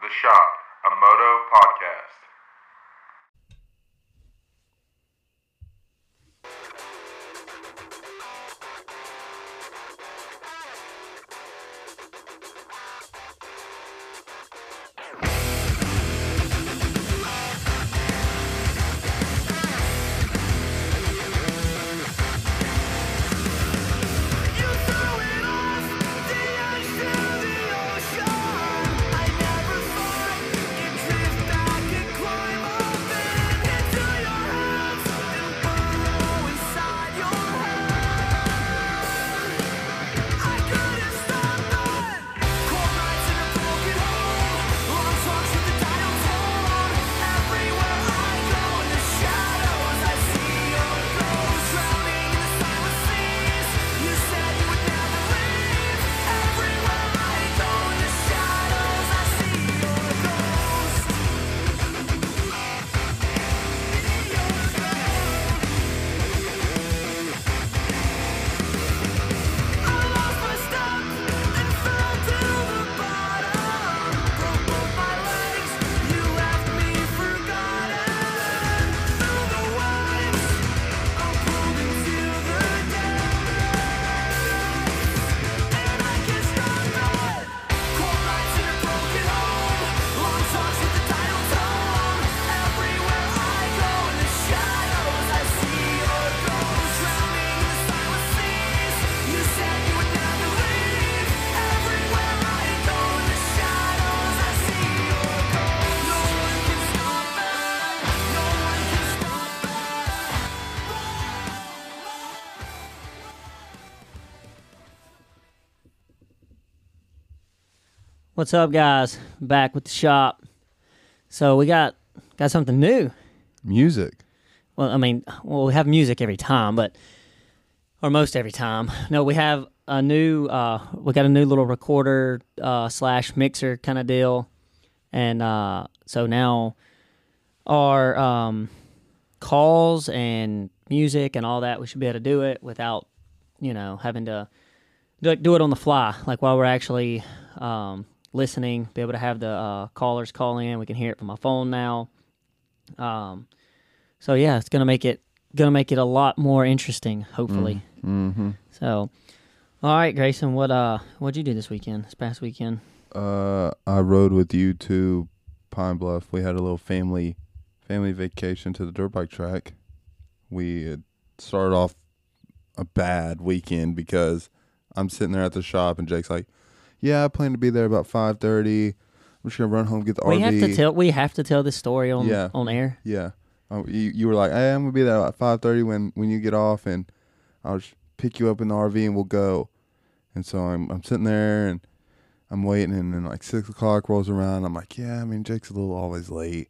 The Shop, a Moto podcast. You throw it off the edge to the ocean. I never thought you'd drift back and climb up into your hands and burrow inside your head. I couldn't stop that. Cold nights in a broken home, long talks with the dial tone. Everywhere I go, in the shadows I see your ghost drowning in the silent seas. You said you would never leave. Everywhere I go, in the shadows I see your ghost. I lost my step and fell to the bottom. Broke both my legs. You left me forgotten. Through the waves, I pulled into the depths, and I can't stop it. Cold nights in a broken home, long talks with the dial tone. Everywhere I go, in the shadows, I see your ghost drowning in the silent seas. You said you would never leave. Everywhere I go, in the shadows, I see your ghost. No one can stop it. No one can stop it. What's up, guys? Back with the shop. So we got got something new. Music. Well, I mean, well, we have music every time, but or most every time. No, we have a new. Uh, we got a new little recorder uh, slash mixer kind of deal, and uh, so now our um, calls and music and all that, we should be able to do it without, you know, having to do, do it on the fly, like while we're actually um, listening. Be able to have the uh, callers call in. We can hear it from my phone now. Um, so yeah, it's gonna make it gonna make it a lot more interesting, hopefully. Mm-hmm. So, all right, Grayson, what uh, what'd you do this weekend? This past weekend? Uh, I rode with you to Pine Bluff. We had a little family family vacation to the dirt bike track. We had started off a bad weekend because I'm sitting there at the shop and Jake's like, "Yeah, I plan to be there about 5:30. I'm just gonna run home get the We RV." have to tell we have to tell this story on Yeah. on air. Yeah. Um, you, you were like, hey, I'm gonna be there at five thirty when when you get off, and I'll just pick you up in the RV and we'll go. And so I'm I'm sitting there and I'm waiting, and then like six o'clock rolls around. I'm like, yeah, I mean Jake's a little always late.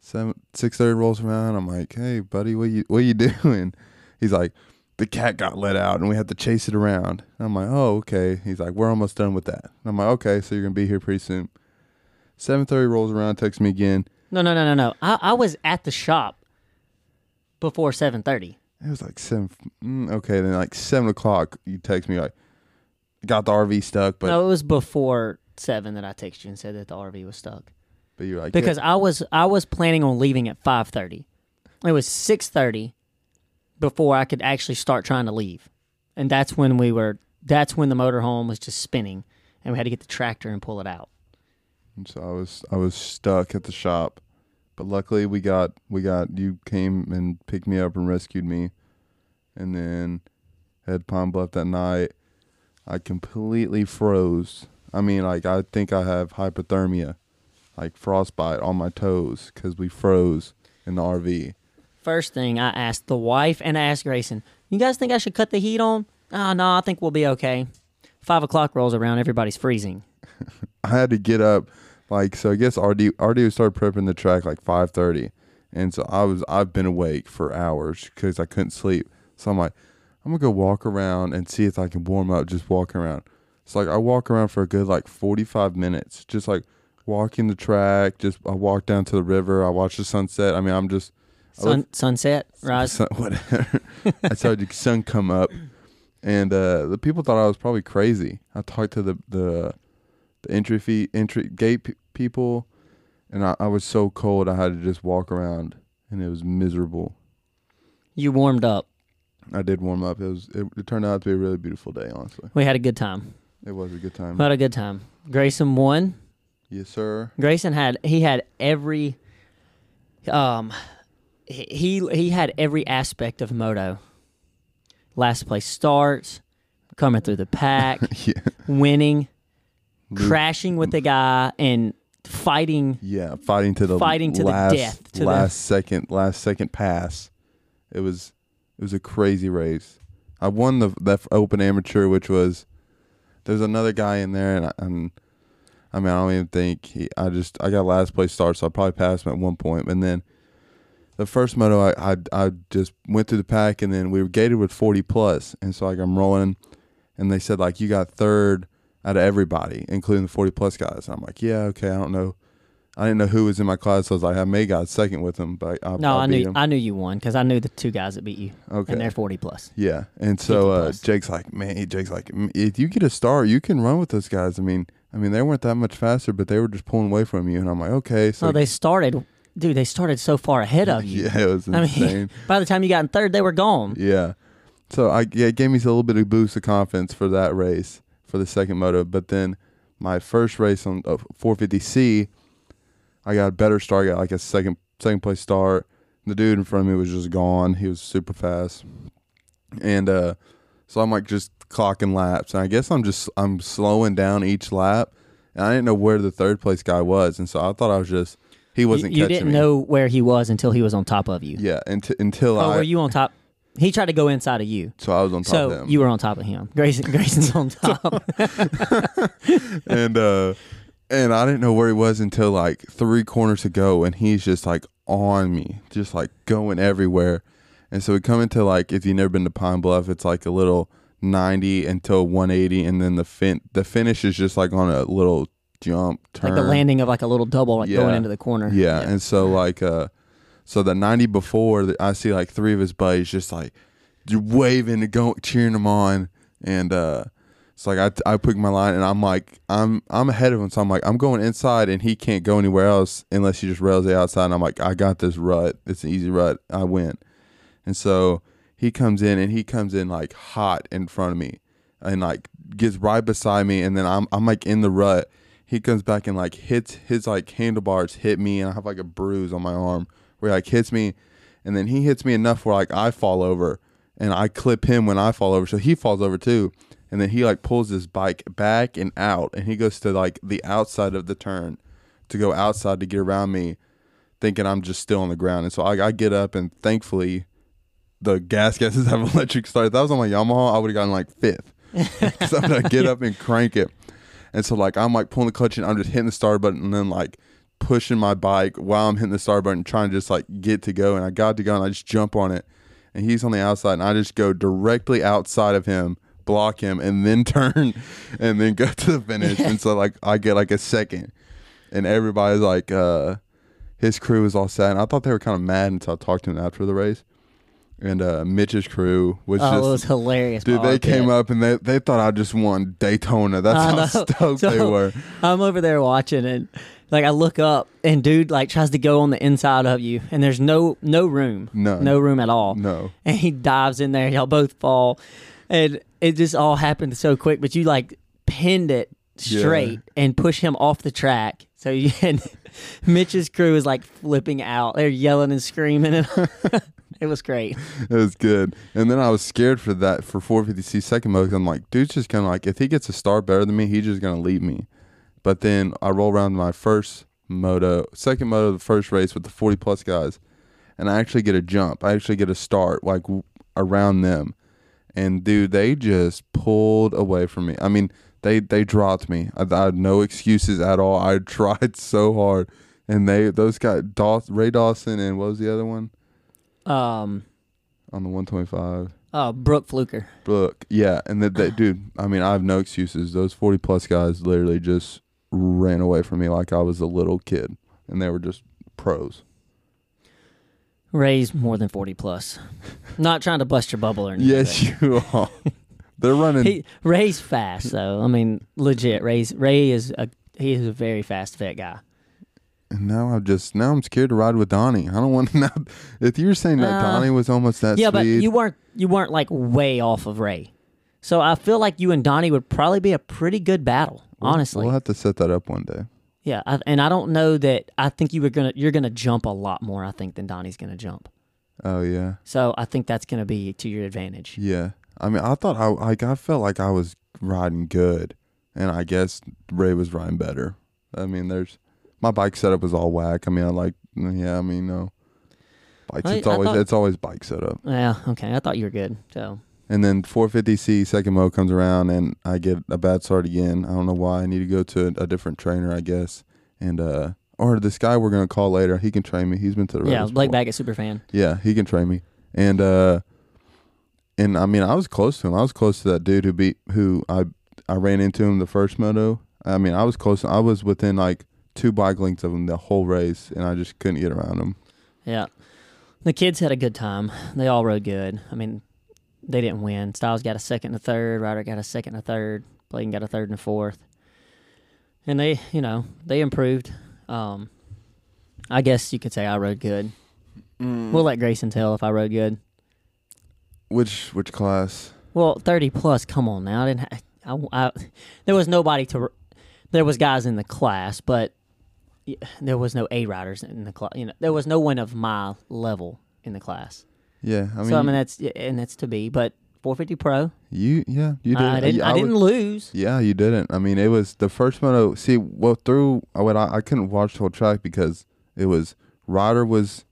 Seven six thirty rolls around. I'm like, hey buddy, what you what you doing? He's like, the cat got let out and we had to chase it around. I'm like, oh okay. He's like, we're almost done with that. And I'm like, okay, so you're gonna be here pretty soon. Seven thirty rolls around, texts me again. No, no, no, no, no. I, I was at the shop before seven thirty. It was like seven. Mm, okay, then like seven o'clock, you text me like, got the RV stuck, but No, it was before seven that I texted you and said that the RV was stuck but you're like because yeah, I was I was planning on leaving at five thirty. It was six thirty before I could actually start trying to leave, and that's when we were. That's when the motorhome was just spinning, and we had to get the tractor and pull it out. and so I was I was stuck at the shop, but luckily we got we got you came and picked me up and rescued me, and then had Pine Bluff that night. I completely froze. I mean, like I think I have hypothermia, like frostbite on my toes because we froze in the RV. First thing I asked the wife and I asked Grayson, "You guys think I should cut the heat on?" Ah, no, I think we'll be okay. Five o'clock rolls around, everybody's freezing. I had to get up like so I guess RD RD started prepping the track like 5:30 and so I was I've been awake for hours cuz I couldn't sleep. So I'm like I'm going to go walk around and see if I can warm up just walking around. It's like I walk around for a good like 45 minutes just like walking the track, just I walk down to the river, I watch the sunset. I mean, I'm just I Sun, look- sunset, rise. sun, whatever. I saw the sun come up, and uh, the people thought I was probably crazy. I talked to the the the entry fee entry gate pe people, and I, I was so cold I had to just walk around, and it was miserable. You warmed up. I did warm up. It was it, it turned out to be a really beautiful day. Honestly, We had a good time. it was a good time. We had a good time. Grayson won. yes, sir. Grayson had he had every um he he- he had every aspect of moto. Last place starts, coming through the pack, Yeah, winning, crashing with the guy and fighting yeah. Fighting to the Fighting to the last, death, to the- last second, last second pass. It was it was a crazy race. I won the that open amateur, which was there's another guy in there, and I, and I mean I don't even think he. I just I got last place start, so I probably passed him at one point, and then. The first moto, I, I I just went through the pack, and then we were gated with 40 plus, and so like I'm rolling, and they said like you got third out of everybody, including the 40 plus guys. And I'm like, yeah, okay, I don't know, I didn't know who was in my class, so I was like, I may got second with them, but I, No, I, I, beat knew him. I knew you won because I knew the two guys that beat you. Okay. and they're forty plus. Yeah, and 50 so uh, plus. Jake's like, man, he- Jake's like, "M- if you get a star, you can run with those guys. I mean, I mean, they weren't that much faster, but they were just pulling away from you, and I'm like, okay, so So they started, dude. They started so far ahead of you. yeah, it was I insane. mean, by the time you got in third, they were gone. Yeah. So I yeah, it gave me a little bit of boost of confidence for that race for the second moto, but then my first race on uh, 450C, I got a better start, I got like a second second place start. The dude in front of me was just gone. He was super fast, and uh, so I'm like just clocking laps, and I guess I'm just I'm slowing down each lap, and I didn't know where the third place guy was, and so I thought I was just he You- wasn't you catching didn't me. know where he was until he was on top of you. yeah, unt- until Oh, I were you on top? He tried to go inside of you. so I was on top of So him. you were on top of him. Grayson, Grayson's on top. and uh and I didn't know where he was until like three corners to go and he's just like on me, just like going everywhere. And so we come into like if you've never been to Pine Bluff, it's like a little ninety until one eighty and then the fin the finish is just like on a little jump turn. like the landing of like a little double, like going Yeah. into the corner. Yeah, and so like uh so the 90 before th- I see like three of his buddies just like j- waving and going cheering him on and uh it's like I, t- I pick my line and I'm like I'm I'm ahead of him so I'm like I'm going inside and he can't go anywhere else unless he just rails the outside and I'm like I got this rut it's an easy rut I win and so he comes in and he comes in like hot in front of me and like gets right beside me and then I'm I'm like in the rut. He comes back and like hits his like handlebars hit me and I have like a bruise on my arm where he, like hits me and then he hits me enough where like I fall over and I clip him when I fall over so he falls over too and then he like pulls his bike back and out and he goes to like the outside of the turn to go outside to get around me thinking I'm just still on the ground and so I, I get up and thankfully the gas gases have electric start. If that was on my Yamaha, I would have gotten like fifth. Because I'm gonna get up and crank it. And so like I'm like pulling the clutch and I'm just hitting the start button and then like pushing my bike while I'm hitting the start button, trying to just like get to go. And I got to go and I just jump on it. And he's on the outside and I just go directly outside of him, block him, and then turn and then go to the finish. And so like I get like a second. And everybody's like, uh his crew was all sad. And I thought they were kind of mad until I talked to him after the race. And uh Mitch's crew was Oh, just it was hilarious. Dude, Paul. they came up and they, they thought I just won Daytona. That's I how know. stoked they So, were. I'm over there watching and like I look up and dude like tries to go on the inside of you and there's no no room. None. No room at all. No. And he dives in there, y'all both fall. And it just all happened so quick, but you like pinned it straight and pushed him off the track. So you and Mitch's crew is like flipping out. They're yelling and screaming and it was great. It was good. And then I was scared for that for 450C second mode. 'cause I'm like, dude's just gonna like if he gets a star better than me, he's just gonna leave me. But then I roll around my first moto, second moto, the first race with the 40 plus guys, and I actually get a jump. I actually get a start like w- around them, and dude, they just pulled away from me. I mean, they they dropped me. I, I had no excuses at all. I tried so hard, and they those guys, Daw- Ray Dawson, and what was the other one Um on the 125. uh Brooke Fluker. Look, yeah, and that, that dude. I mean, I have no excuses. Those forty plus guys literally just ran away from me like I was a little kid, and they were just pros. Raise more than forty plus. Not trying to bust your bubble or anything. Yes, you are. They're running. He Ray's fast though. I mean, legit. Ray's Ray is a he is a very fast fit guy. and now I'm just now I'm scared to ride with Donnie. I don't want to. Now, if you were saying that Uh, Donnie was almost that Yeah, but speed, you weren't you weren't like way off of Ray. So I feel like you and Donnie would probably be a pretty good battle, honestly. we'll have to set that up one day. Yeah, I, and I don't know that I think you were gonna you're gonna jump a lot more. I think than Donnie's gonna jump. Oh yeah, So I think that's gonna be to your advantage. yeah. I mean, I thought I like I felt like I was riding good, and I guess Ray was riding better. I mean, there's my bike setup was all whack. I mean, I like yeah. I mean, no bikes. I- it's I always thought- it's always bike setup. Yeah. Okay. I thought you were good. So And then 450C second mode comes around, and I get a bad start again. I don't know why. I need to go to a, a different trainer, I guess. And uh, or this guy we're gonna call later. He can train me. He's been to the yeah, Rebels Blake before. Baggett superfan. Yeah, he can train me. And uh and I mean I was close to him. I was close to that dude who beat who I I ran into him the first moto. I mean I was close I was within like two bike lengths of him the whole race and I just couldn't get around him. Yeah. The kids had a good time. They all rode good. I mean, they didn't win. Styles got a second and a third. Ryder got a second and a third. Bladen got a third and a fourth. And they, you know, they improved. Um, I guess you could say I rode good. We'll let Grayson tell if I rode good. Which which class? Well, thirty plus. Come on now. I didn't. Ha- I, I- there was nobody to. r- There was guys in the class, but y- there was no A riders in the class. You know, there was no one of my level in the class. Yeah, I mean, so I mean that's and that's to be, but 450 Pro. you yeah, you did I didn't. I, would- didn't lose. Yeah, you didn't. I mean, it was the first moto. See, well, through I went, I, I couldn't watch the whole track because it was Ryder was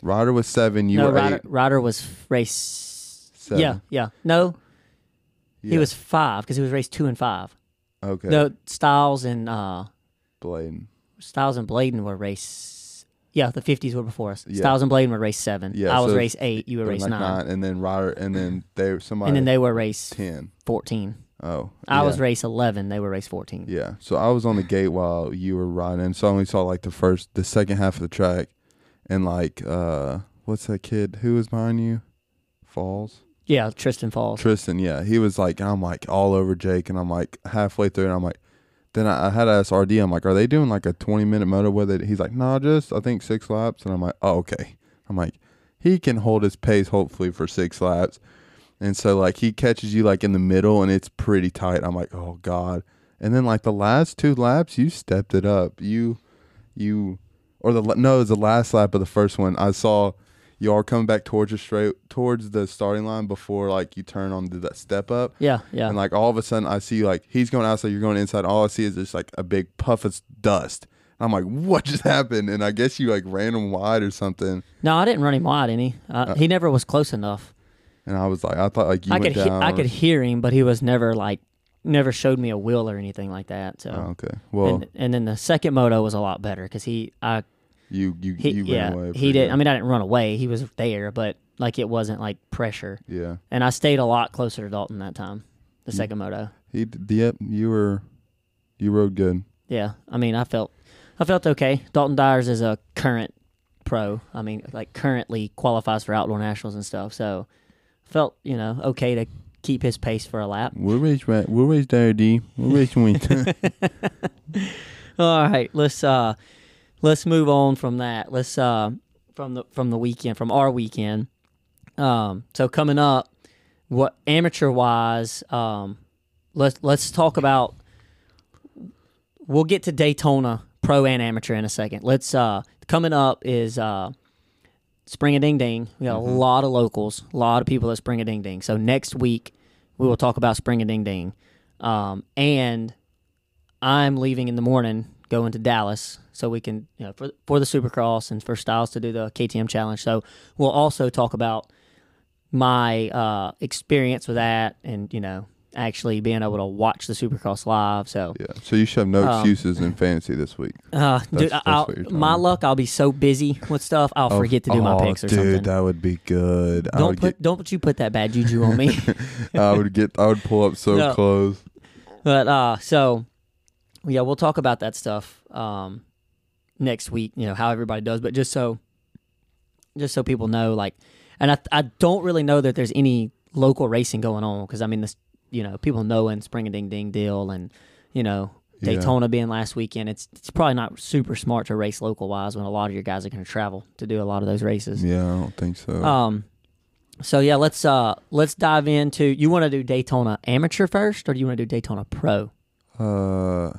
Ryder was seven. You no, were Ryder, eight. Ryder was race. Seven. Yeah, yeah. No, he Yeah. was five because he was race two and five. Okay, No, Styles and uh Bladen. Styles and Bladen were race. Yeah, the 50s were before us. Yeah. Styles and Bladen were race seven. Yeah, I was so race eight. You were and race like nine. and then Ryder, and then they somebody, And then they were race ten. 14. Oh, I yeah. was race 11. They were race 14. Yeah, so I was on the gate while you were riding, so I only saw like the first, the second half of the track, and like, uh, what's that kid who was behind you? Falls. Yeah, Tristan Falls. Tristan, yeah, he was like, I'm like all over Jake, and I'm like halfway through, and I'm like, then I, I had to ask RD, I'm like, are they doing like a 20 minute moto with it? He's like, nah, just I think six laps, and I'm like, oh okay, I'm like, he can hold his pace hopefully for six laps, and so like he catches you like in the middle, and it's pretty tight. I'm like, oh god, and then like the last two laps, you stepped it up, you, you, or the la- no, it was the last lap of the first one. I saw you are coming back towards the straight towards the starting line before like you turn on the, that step up. Yeah, yeah. And like all of a sudden, I see like he's going outside, you're going inside. All I see is just like a big puff of dust. I'm like, what just happened? And I guess you like ran him wide or something. No, I didn't run him wide any. Uh, he never was close enough. And I was like, I thought like you I could went he- down. I or- could hear him, but he was never like never showed me a will or anything like that. So Oh, okay. Well, and, and then the second moto was a lot better because he I you you he, you yeah ran away. he pretty did. good. I mean I didn't run away. He was there, but like it wasn't like pressure. yeah. And I stayed a lot closer to Dalton that time. The Mm. second moto. He d- yep. You were you rode good. Yeah, I mean I felt I felt okay. Dalton Dyers is a current pro. I mean like currently qualifies for outdoor nationals and stuff. So felt you know okay to keep his pace for a lap. We'll race right. We'll race there, D. We'll race win. All right, let's uh let's move on from that. Let's uh from the from the weekend, from our weekend. Um so coming up what amateur wise um let's let's talk about we'll get to Daytona pro and amateur in a second. Let's uh coming up is uh Spring a Ding Ding. We got a lot of locals, a lot of people at Spring a Ding Ding. So next week we will talk about Spring a Ding Ding. Um, and I'm leaving in the morning, going to Dallas, so we can you know for for the Supercross and for Styles to do the KTM Challenge. So we'll also talk about my uh, experience with that, and you know actually being able to watch the Supercross live. So yeah. So you should have Um, no excuses in fantasy this week. uh, dude, that's I'll, what you're talking my about. luck, I'll be so busy with stuff, I'll forget to do my Oh, picks or dude, something. that would be good. I don't would put don't you put that bad juju on me. get, I would get. I would pull up so No. close. But uh, so yeah, we'll talk about that stuff um next week. You know how everybody does, but just so just so people know, like, and I I don't really know that there's any local racing going on because I mean the you know people knowing Spring a Ding Ding Deal and you know Yeah. Daytona being last weekend. It's it's probably not super smart to race local wise when a lot of your guys are going to travel to do a lot of those races. Yeah, I don't think so. Um, so yeah, let's uh let's dive into. You want to do Daytona Amateur first, or do you want to do Daytona Pro? Uh,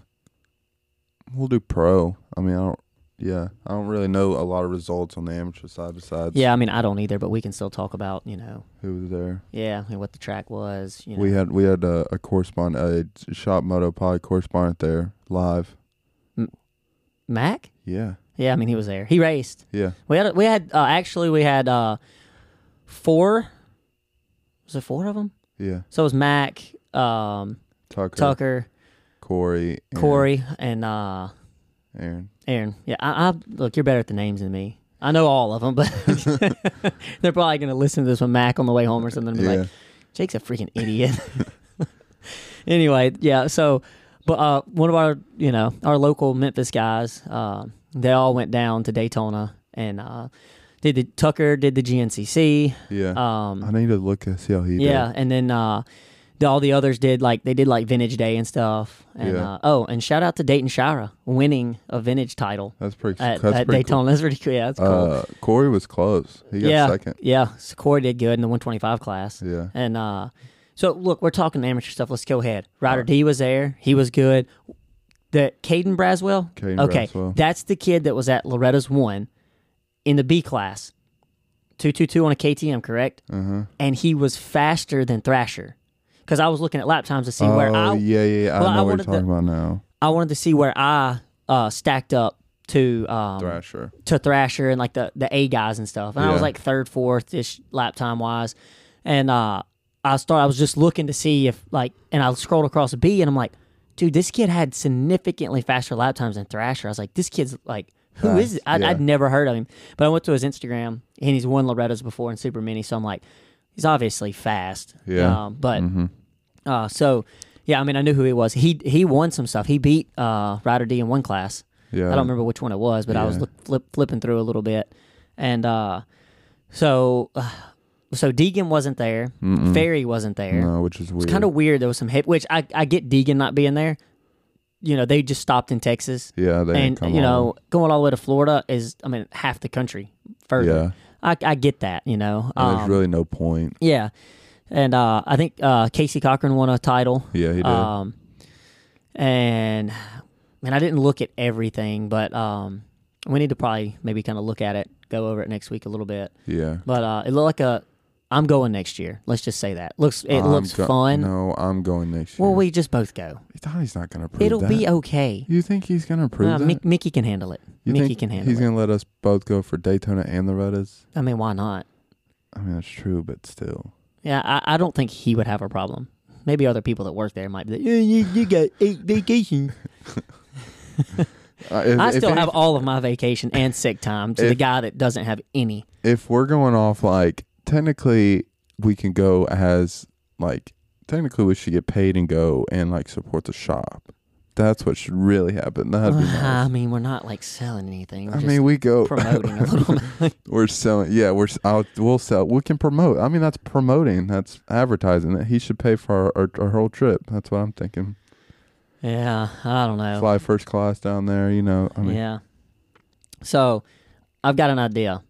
we'll do pro. I mean, I don't. Yeah, I don't really know a lot of results on the amateur side besides Yeah, I mean I don't either, but we can still talk about you know who was there. yeah and what the track was. You know. We had we had a, a correspondent, a shop moto pod correspondent there live. Mac. Yeah, Yeah, I mean he was there. He raced. yeah. We had we had uh, actually we had uh, four. Was it four of them? Yeah, So it was Mac, um, Tucker, Tucker, Corey, and Corey, and uh, Aaron. Aaron. Yeah, I, I look. You're better at the names than me. I know all of them, but they're probably gonna listen to this with Mac on the way home or something. And be Yeah, like, Jake's a freaking idiot. anyway, yeah. So, but uh, one of our you know our local Memphis guys, uh, they all went down to Daytona and uh, did the Tucker did the GNCC. yeah. I Um, need to look and see how he yeah, and then uh, the, all the others did like they did like Vintage Day and stuff. And Yeah. uh, oh, and shout out to Dayton Shira winning a vintage title. did. That's pretty. At, that's at pretty Uh, Daytona, that's pretty cool. Yeah, that's Cool. cool. Uh, Corey was close. He got yeah, second. yeah. So Corey did good in the 125 class. Yeah, And uh, so look, we're talking amateur stuff. Let's go ahead. Ryder D was there. He was good. The Caden Braswell. Caden okay, Braswell. that's the kid that was at Loretta's one in the B class, two two two on a KTM, correct? Uh-huh. And he was faster than Thrasher because I was looking at lap times to see where oh, I yeah, yeah, yeah. I well, I know what wanted you're talking to- about now. I wanted to see where I uh, stacked up to um, Thrasher. to Thrasher and like the the A guys and stuff. And I was Yeah. like third, fourth ish lap time wise. And uh I started I was just looking to see if like and I scrolled across a B and I'm like, dude, this kid had significantly faster lap times than Thrasher. I was like, this kid's like who is Fast, it? I, yeah. I'd never heard of him. But I went to his Instagram and he's won Loretta's before in Super Mini, so I'm like, he's obviously fast. Yeah. Mm-hmm. Um, but uh so yeah, I mean I knew who he was. He he won some stuff. He beat uh Rider D in one class. Yeah, I don't remember which one it was, but I was Yeah. look, flip, flipping through a little bit, and uh, so uh, so Deegan wasn't there, Ferry wasn't there. No, which is weird. It's kind of weird. There was some hip, which I I get Deegan not being there. You know, they just stopped in Texas, Yeah, they and didn't come you know, on. going all the way to Florida is I mean half the country further. Yeah. I I get that. You know, And Um, there's really no point. yeah, and uh, I think uh, Casey Cochran won a title. Yeah, he did. Um, and man, I didn't look at everything, but um, we need to probably maybe kind of look at it, go over it next week a little bit. yeah. But uh, it looked like a. I'm going next year. Let's just say that looks it I'm looks go- fun. No, I'm going next year. Well, we just both go. Donnie's not gonna approve It'll that. be okay. You think he's gonna approve Uh, that? Mick, Mickey can handle it. you Mickey think can handle he's it. gonna let us both go for Daytona and Loretta's? I mean, why not? I mean, that's true, but still. Yeah, I, I don't think he would have a problem. Maybe other people that work there might be like, yeah, you, you got eight vacations. Uh, if, I if still any- have all of my vacation and sick time to the If- guy that doesn't have any. If we're going off like technically, we can go as like technically we should get paid and go and like support the shop. That's what should really happen. That'd be I nice. mean, we're not like selling anything. We're I just mean, we go. promoting a little bit. We're selling. Yeah, we're. s- I'll, we'll sell. We can promote. I mean, that's promoting. That's advertising. That he should pay for our, our, our whole trip. That's what I'm thinking. yeah, I don't know. Fly first class down there. You know. I mean, Oh. yeah. So, I've got an idea.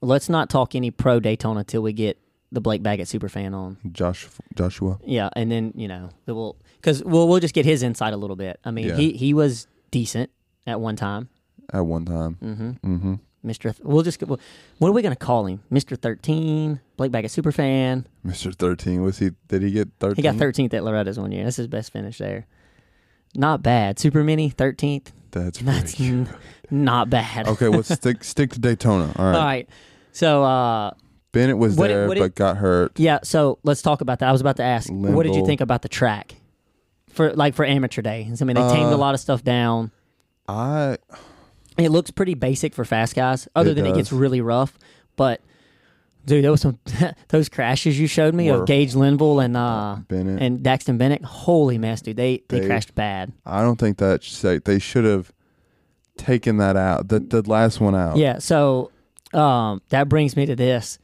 Let's not talk any pro Daytona till we get the Blake Baggett Superfan on. Josh Joshua. Yeah, and then you know then we'll because we'll we'll just get his insight a little bit. I mean, Yeah. he he was decent at one time, At one time. Mm-hmm. Mm-hmm. Mister. Th- we'll just we'll, what are we gonna call him, Mister Thirteen, Blake Baggett Superfan. Mr. Thirteen. Was he? Did he get thirteen? He got 13th at Loretta's one year. That's his best finish there. Not bad. Super Mini, 13th. That's That's pretty. n- not bad. okay. Well, stick stick to Daytona. All right. All right. So, uh, Bennett was What it- there, what it- but got hurt. yeah, so let's talk about that. I was about to ask, what did you Lindell. think about the track? For like for amateur day, I mean they Uh, tamed a lot of stuff down. I It looks pretty basic for fast guys. Other It than it gets does. really rough, but dude, there was some those crashes you showed me Were- of Gage Linville and uh Bennett. and Daxton Bennett. Holy mess, dude! They they They- crashed bad. I don't think that should, they should have taken Oh. that out. The the last one out. Yeah, so um, that brings me to this.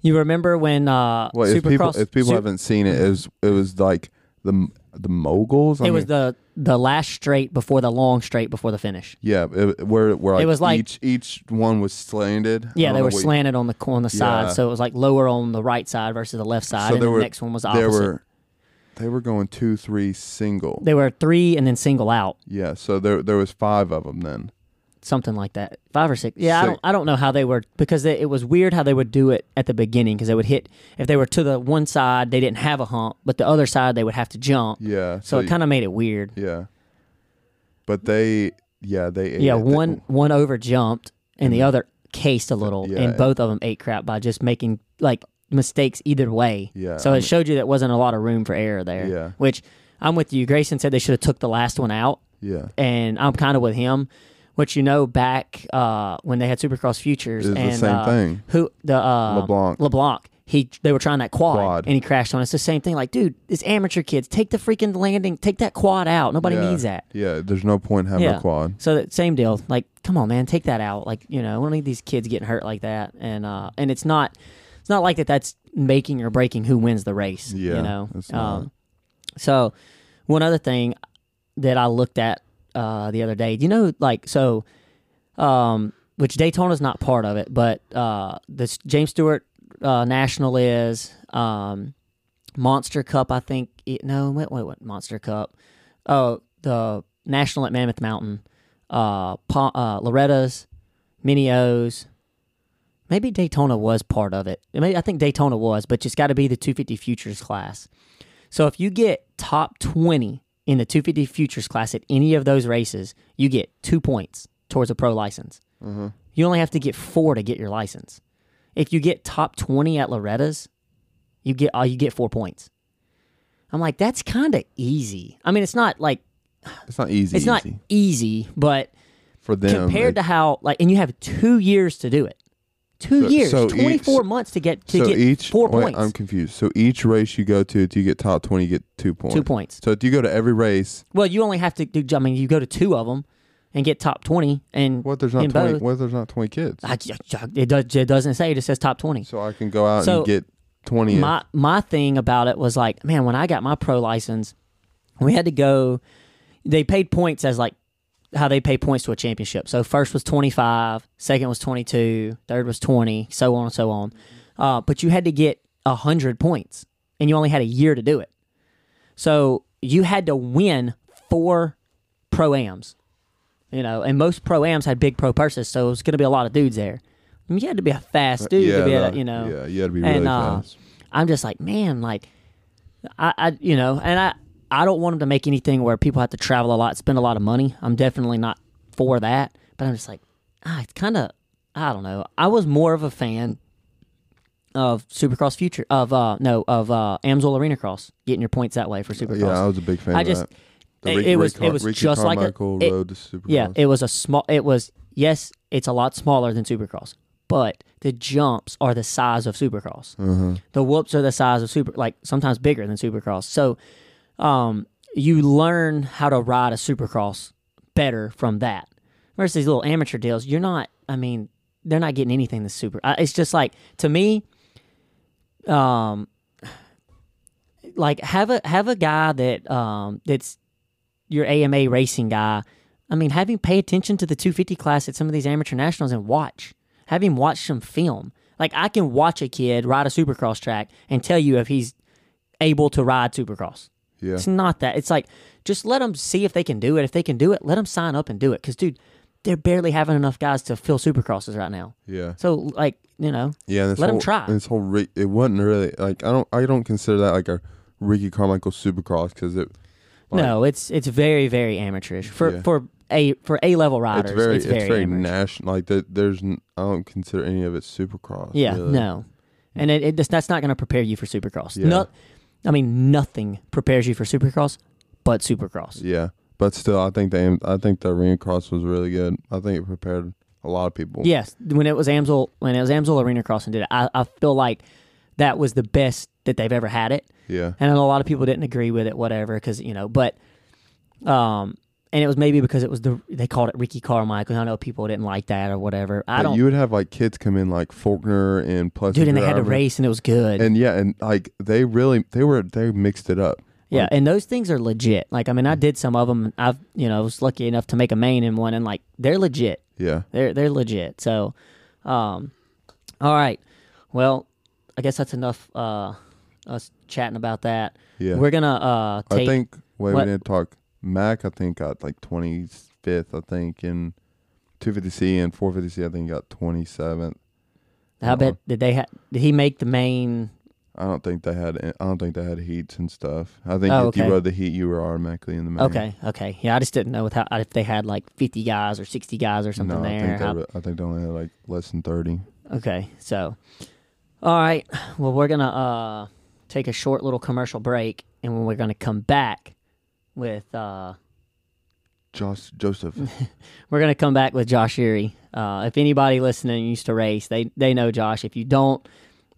You remember when uh, Well, if people Supercross? if people Su- haven't seen it, it was it was like the the moguls. I it was mean- the the last straight before the long straight before the finish. yeah, it, where where like was like- each each one was slanted. I Yeah, don't they know were what you- slanted on the on the side, Oh, Yeah. so it was like lower on the right side versus the left side, and So there the were next one was They opposite. were they were going two three single. they were three and then single out, yeah, so there there was five of them then. something like that, five or six. Yeah, I Six. don't, I don't know how they were because they, it was weird how they would do it at the beginning because they would hit if they were to the one side they didn't have a hump, but the other side they would have to jump. Yeah, so, it kind of made it weird. yeah. But they yeah they ate Yeah, it. They- Mm-hmm. one one over jumped and the other cased a little, Yeah, and it- both of them ate crap by just making like mistakes either way. Yeah, So I it mean- showed you that wasn't a lot of room for error there. Yeah. Which I'm with you. Grayson said they should have took the last one out, yeah. and I'm kind of with him. Which you know, back uh, when they had Supercross Futures, It was the and same uh, thing. Who the uh, LeBlanc. LeBlanc. He they were trying that quad, Quad. and he crashed on. it. It's the same thing. Like, dude, it's amateur kids. Take the freaking landing. Take that quad out. Nobody yeah. needs that. Yeah, there's no point having Yeah. a quad. So that same deal. Like, come on, man, take that out. Like, you know, we don't need these kids getting hurt like that. And uh, and it's not, it's not like that. That's making or breaking who wins the race. you Yeah, know. um, it's not. so one other thing that I looked at uh, the other day, you know, like so, um, which Daytona's not part of it, but uh, this James Stewart uh, National is um, Monster Cup, I think. It, no, wait, wait, what Monster Cup? Oh, the National at Mammoth Mountain, uh, pa- uh, Loretta's, Mini O's. Maybe Daytona was part of it. Maybe I think Daytona was, but it's got to be the 250 Futures class. So if you get top 20 in the 250 Futures class at any of those races, you get two points towards a pro license. You only have to get four to get your license. If you get top 20 at Loretta's, you get all you get four points. I'm like, that's kind of easy. I mean, it's not like It's not easy. it's not easy easy, but for them compared it- to how like, and you have two years to do it. Two So- years, so each- 24 months to get to so get each four wait, points. I'm confused. So each race you go to, if you get top twenty, you get two points. Two points. So if you go to every race, Well, you only have to do. I mean, you go to two of them and get top twenty, and what there's not in twenty? both- What there's not twenty kids? I ju- ju- it, does, it doesn't say. It just says top twenty. so I can go out So, and get twenty. My my thing about it was like, man, when I got my pro license, we had to go. They paid points as like how they pay points to a championship. So first was 25, second was 22, third was 20, so on and so on. Mm-hmm. Uh, but you had to get 100 points and you only had a year to do it. So you had to win four pro-ams, you know, and most pro-ams had big pro purses. So it was going to be a lot of dudes there. I mean, you had to be a fast dude Uh, yeah, to be, able that- to, you know, yeah, you had to be and really uh, fast. I'm just like, man, like, I, I, you know, and I, I don't want them to make anything where people have to travel a lot, spend a lot of money. I'm definitely not for that, but I'm just like, ah, it's kind of, I don't know. I was more of a fan of Supercross Future of uh no of uh Amsoil Arena Cross, getting your points that way for Supercross. Yeah, I was a big fan. I of just- that. it- Ricky- it was- Ricky it was Ricky just like a- Carmichael it- Road to Supercross. Yeah, it was a small. It was yes, it's a lot smaller than Supercross, but the jumps are the size of Supercross. The whoops are the size of super, like sometimes bigger than Supercross. So, um, you learn how to ride a Supercross better from that. Versus these little amateur deals, you're not. I mean, they're not getting anything that's super. I, it's just like to me, um, like have a have a guy that um that's your AMA racing guy. I mean, have him pay attention to the 250 class at some of these amateur nationals and watch. Have him watch some film. Like I can watch a kid ride a supercross track and tell you if he's able to ride supercross. yeah. It's not that. It's like just let them see if they can do it. If they can do it, let them sign up and do it. Because dude, they're barely having enough guys to fill supercrosses right now. Yeah. So like you know, Yeah, this let whole, them try. This whole re- it wasn't really like I don't I don't consider that like a Ricky Carmichael Supercross because it no, it's it's very very amateurish for Yeah. for a for a level riders. it's very it's very, amateurish. national. Like there, there's n- I don't consider any of it Supercross. Yeah, really. no, and it, it just, that's not going to prepare you for Supercross. Yeah. No, I mean nothing prepares you for Supercross, but Supercross. Yeah, but still, I think the I think the arena cross was really good. I think it prepared a lot of people. Yes, when it was Amsoil, when it was Amsoil Arena Cross and did it, I, I feel like that was the best that they've ever had it. yeah, And I know a lot of people didn't agree with it, whatever, because you know, but um, and it was maybe because it was the they called it Ricky Carmichael. I know people didn't like that or whatever. I But don't, you would have like kids come in like Faulkner and Pleasant dude. And they had to Driver. race, and it was good. and yeah, and like they really they were they mixed it up. yeah, and those things are legit. Like I mean, Mm. I did some of them. I've you know I was lucky enough to make a main in one, and like they're legit. Yeah, They're they're legit. So, um, all right. Well, I guess that's enough. Uh, us chatting about that. Yeah. We're gonna uh take I think. Wait, what- we didn't talk. Mac, I think got like twenty fifth. I think in two fifty C and four fifty C. I think got twenty seventh. How uh-huh. bet did they ha- did he make the main? I don't think they had. I don't think they had heats and stuff. I think Oh, if you okay. rode the heat, you were automatically in the main. Okay, okay, yeah. I just didn't know with how, if they had like fifty guys or sixty guys or something No, I there. think they. How- re- I think they only had like less than thirty. okay, so all right. Well, we're gonna uh take a short little commercial break, and when we're gonna come back with uh Josh Joseph. we're gonna come back with Josh Erie. Uh, if anybody listening used to race, they they know Josh. If you don't,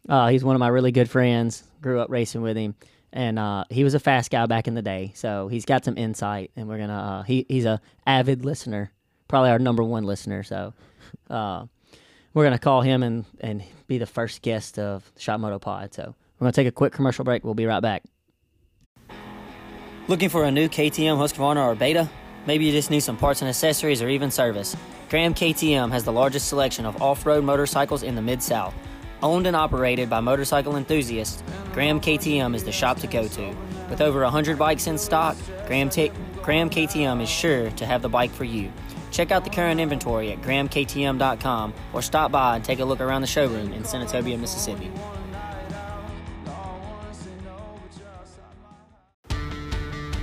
uh, he's one of my really good friends. Grew up racing with him, and uh, he was a fast guy back in the day. So he's got some insight, and we're gonna. Uh, he he's a avid listener, probably our number one listener. So uh, we're gonna call him and and be the first guest of Shot Moto Pod. So we're gonna take a quick commercial break. We'll be right back. Looking for a new KTM Husqvarna or Beta? Maybe you just need some parts and accessories or even service. Graham KTM has the largest selection of off road motorcycles in the Mid South. Owned and operated by motorcycle enthusiasts, Graham KTM is the shop to go to. With over 100 bikes in stock, Graham, Ta- Graham KTM is sure to have the bike for you. Check out the current inventory at grahamktm.com or stop by and take a look around the showroom in Senatobia, Mississippi.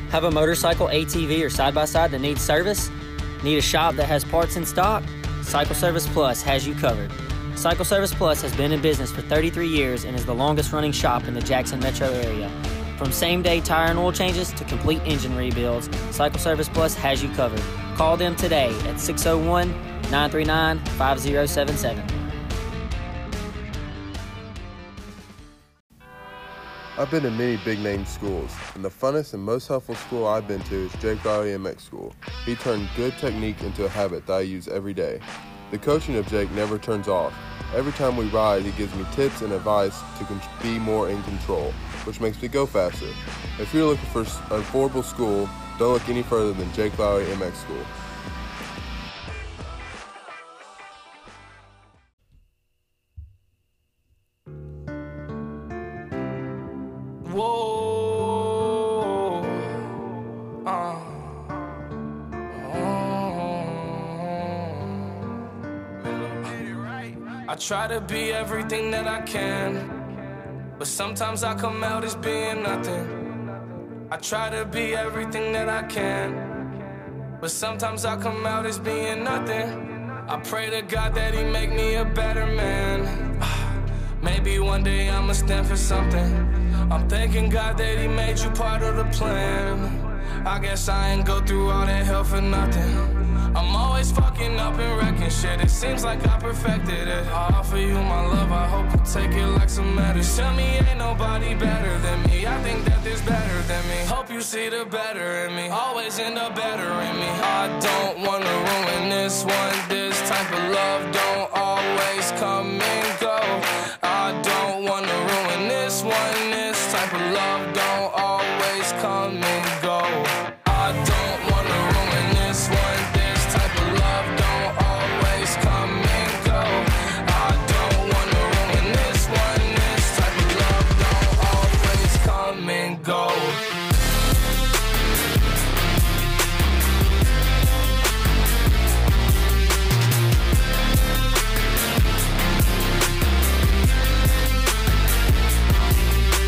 Have a motorcycle, ATV, or side by side that needs service? Need a shop that has parts in stock? Cycle Service Plus has you covered. Cycle Service Plus has been in business for 33 years and is the longest running shop in the Jackson metro area. From same day tire and oil changes to complete engine rebuilds, Cycle Service Plus has you covered. Call them today at 601 939 5077. I've been to many big name schools, and the funnest and most helpful school I've been to is Jake Riley MX School. He turned good technique into a habit that I use every day. The coaching of Jake never turns off. Every time we ride, he gives me tips and advice to con- be more in control, which makes me go faster. If you're looking for s- an affordable school, don't look any further than Jake Lowry MX School. Whoa. Uh. Mm. I try to be everything that I can, but sometimes I come out as being nothing. I try to be everything that I can, but sometimes I come out as being nothing. I pray to God that He make me a better man. Maybe one day I'ma stand for something. I'm thanking God that He made you part of the plan. I guess I ain't go through all that hell for nothing. I'm always fucking up and wrecking shit. It seems like I perfected it. I offer you my love. I hope you take it like some matters. Tell me ain't nobody better than me. I think that there's better than me. Hope you see the better in me. Always end up better in me. I don't wanna ruin this one. This type of love don't always come and go. I don't wanna ruin this one. This type of love don't always come and go. I don't wanna ruin this one. This type of love don't always come and go. I don't wanna ruin this one. This type of love don't always come and go.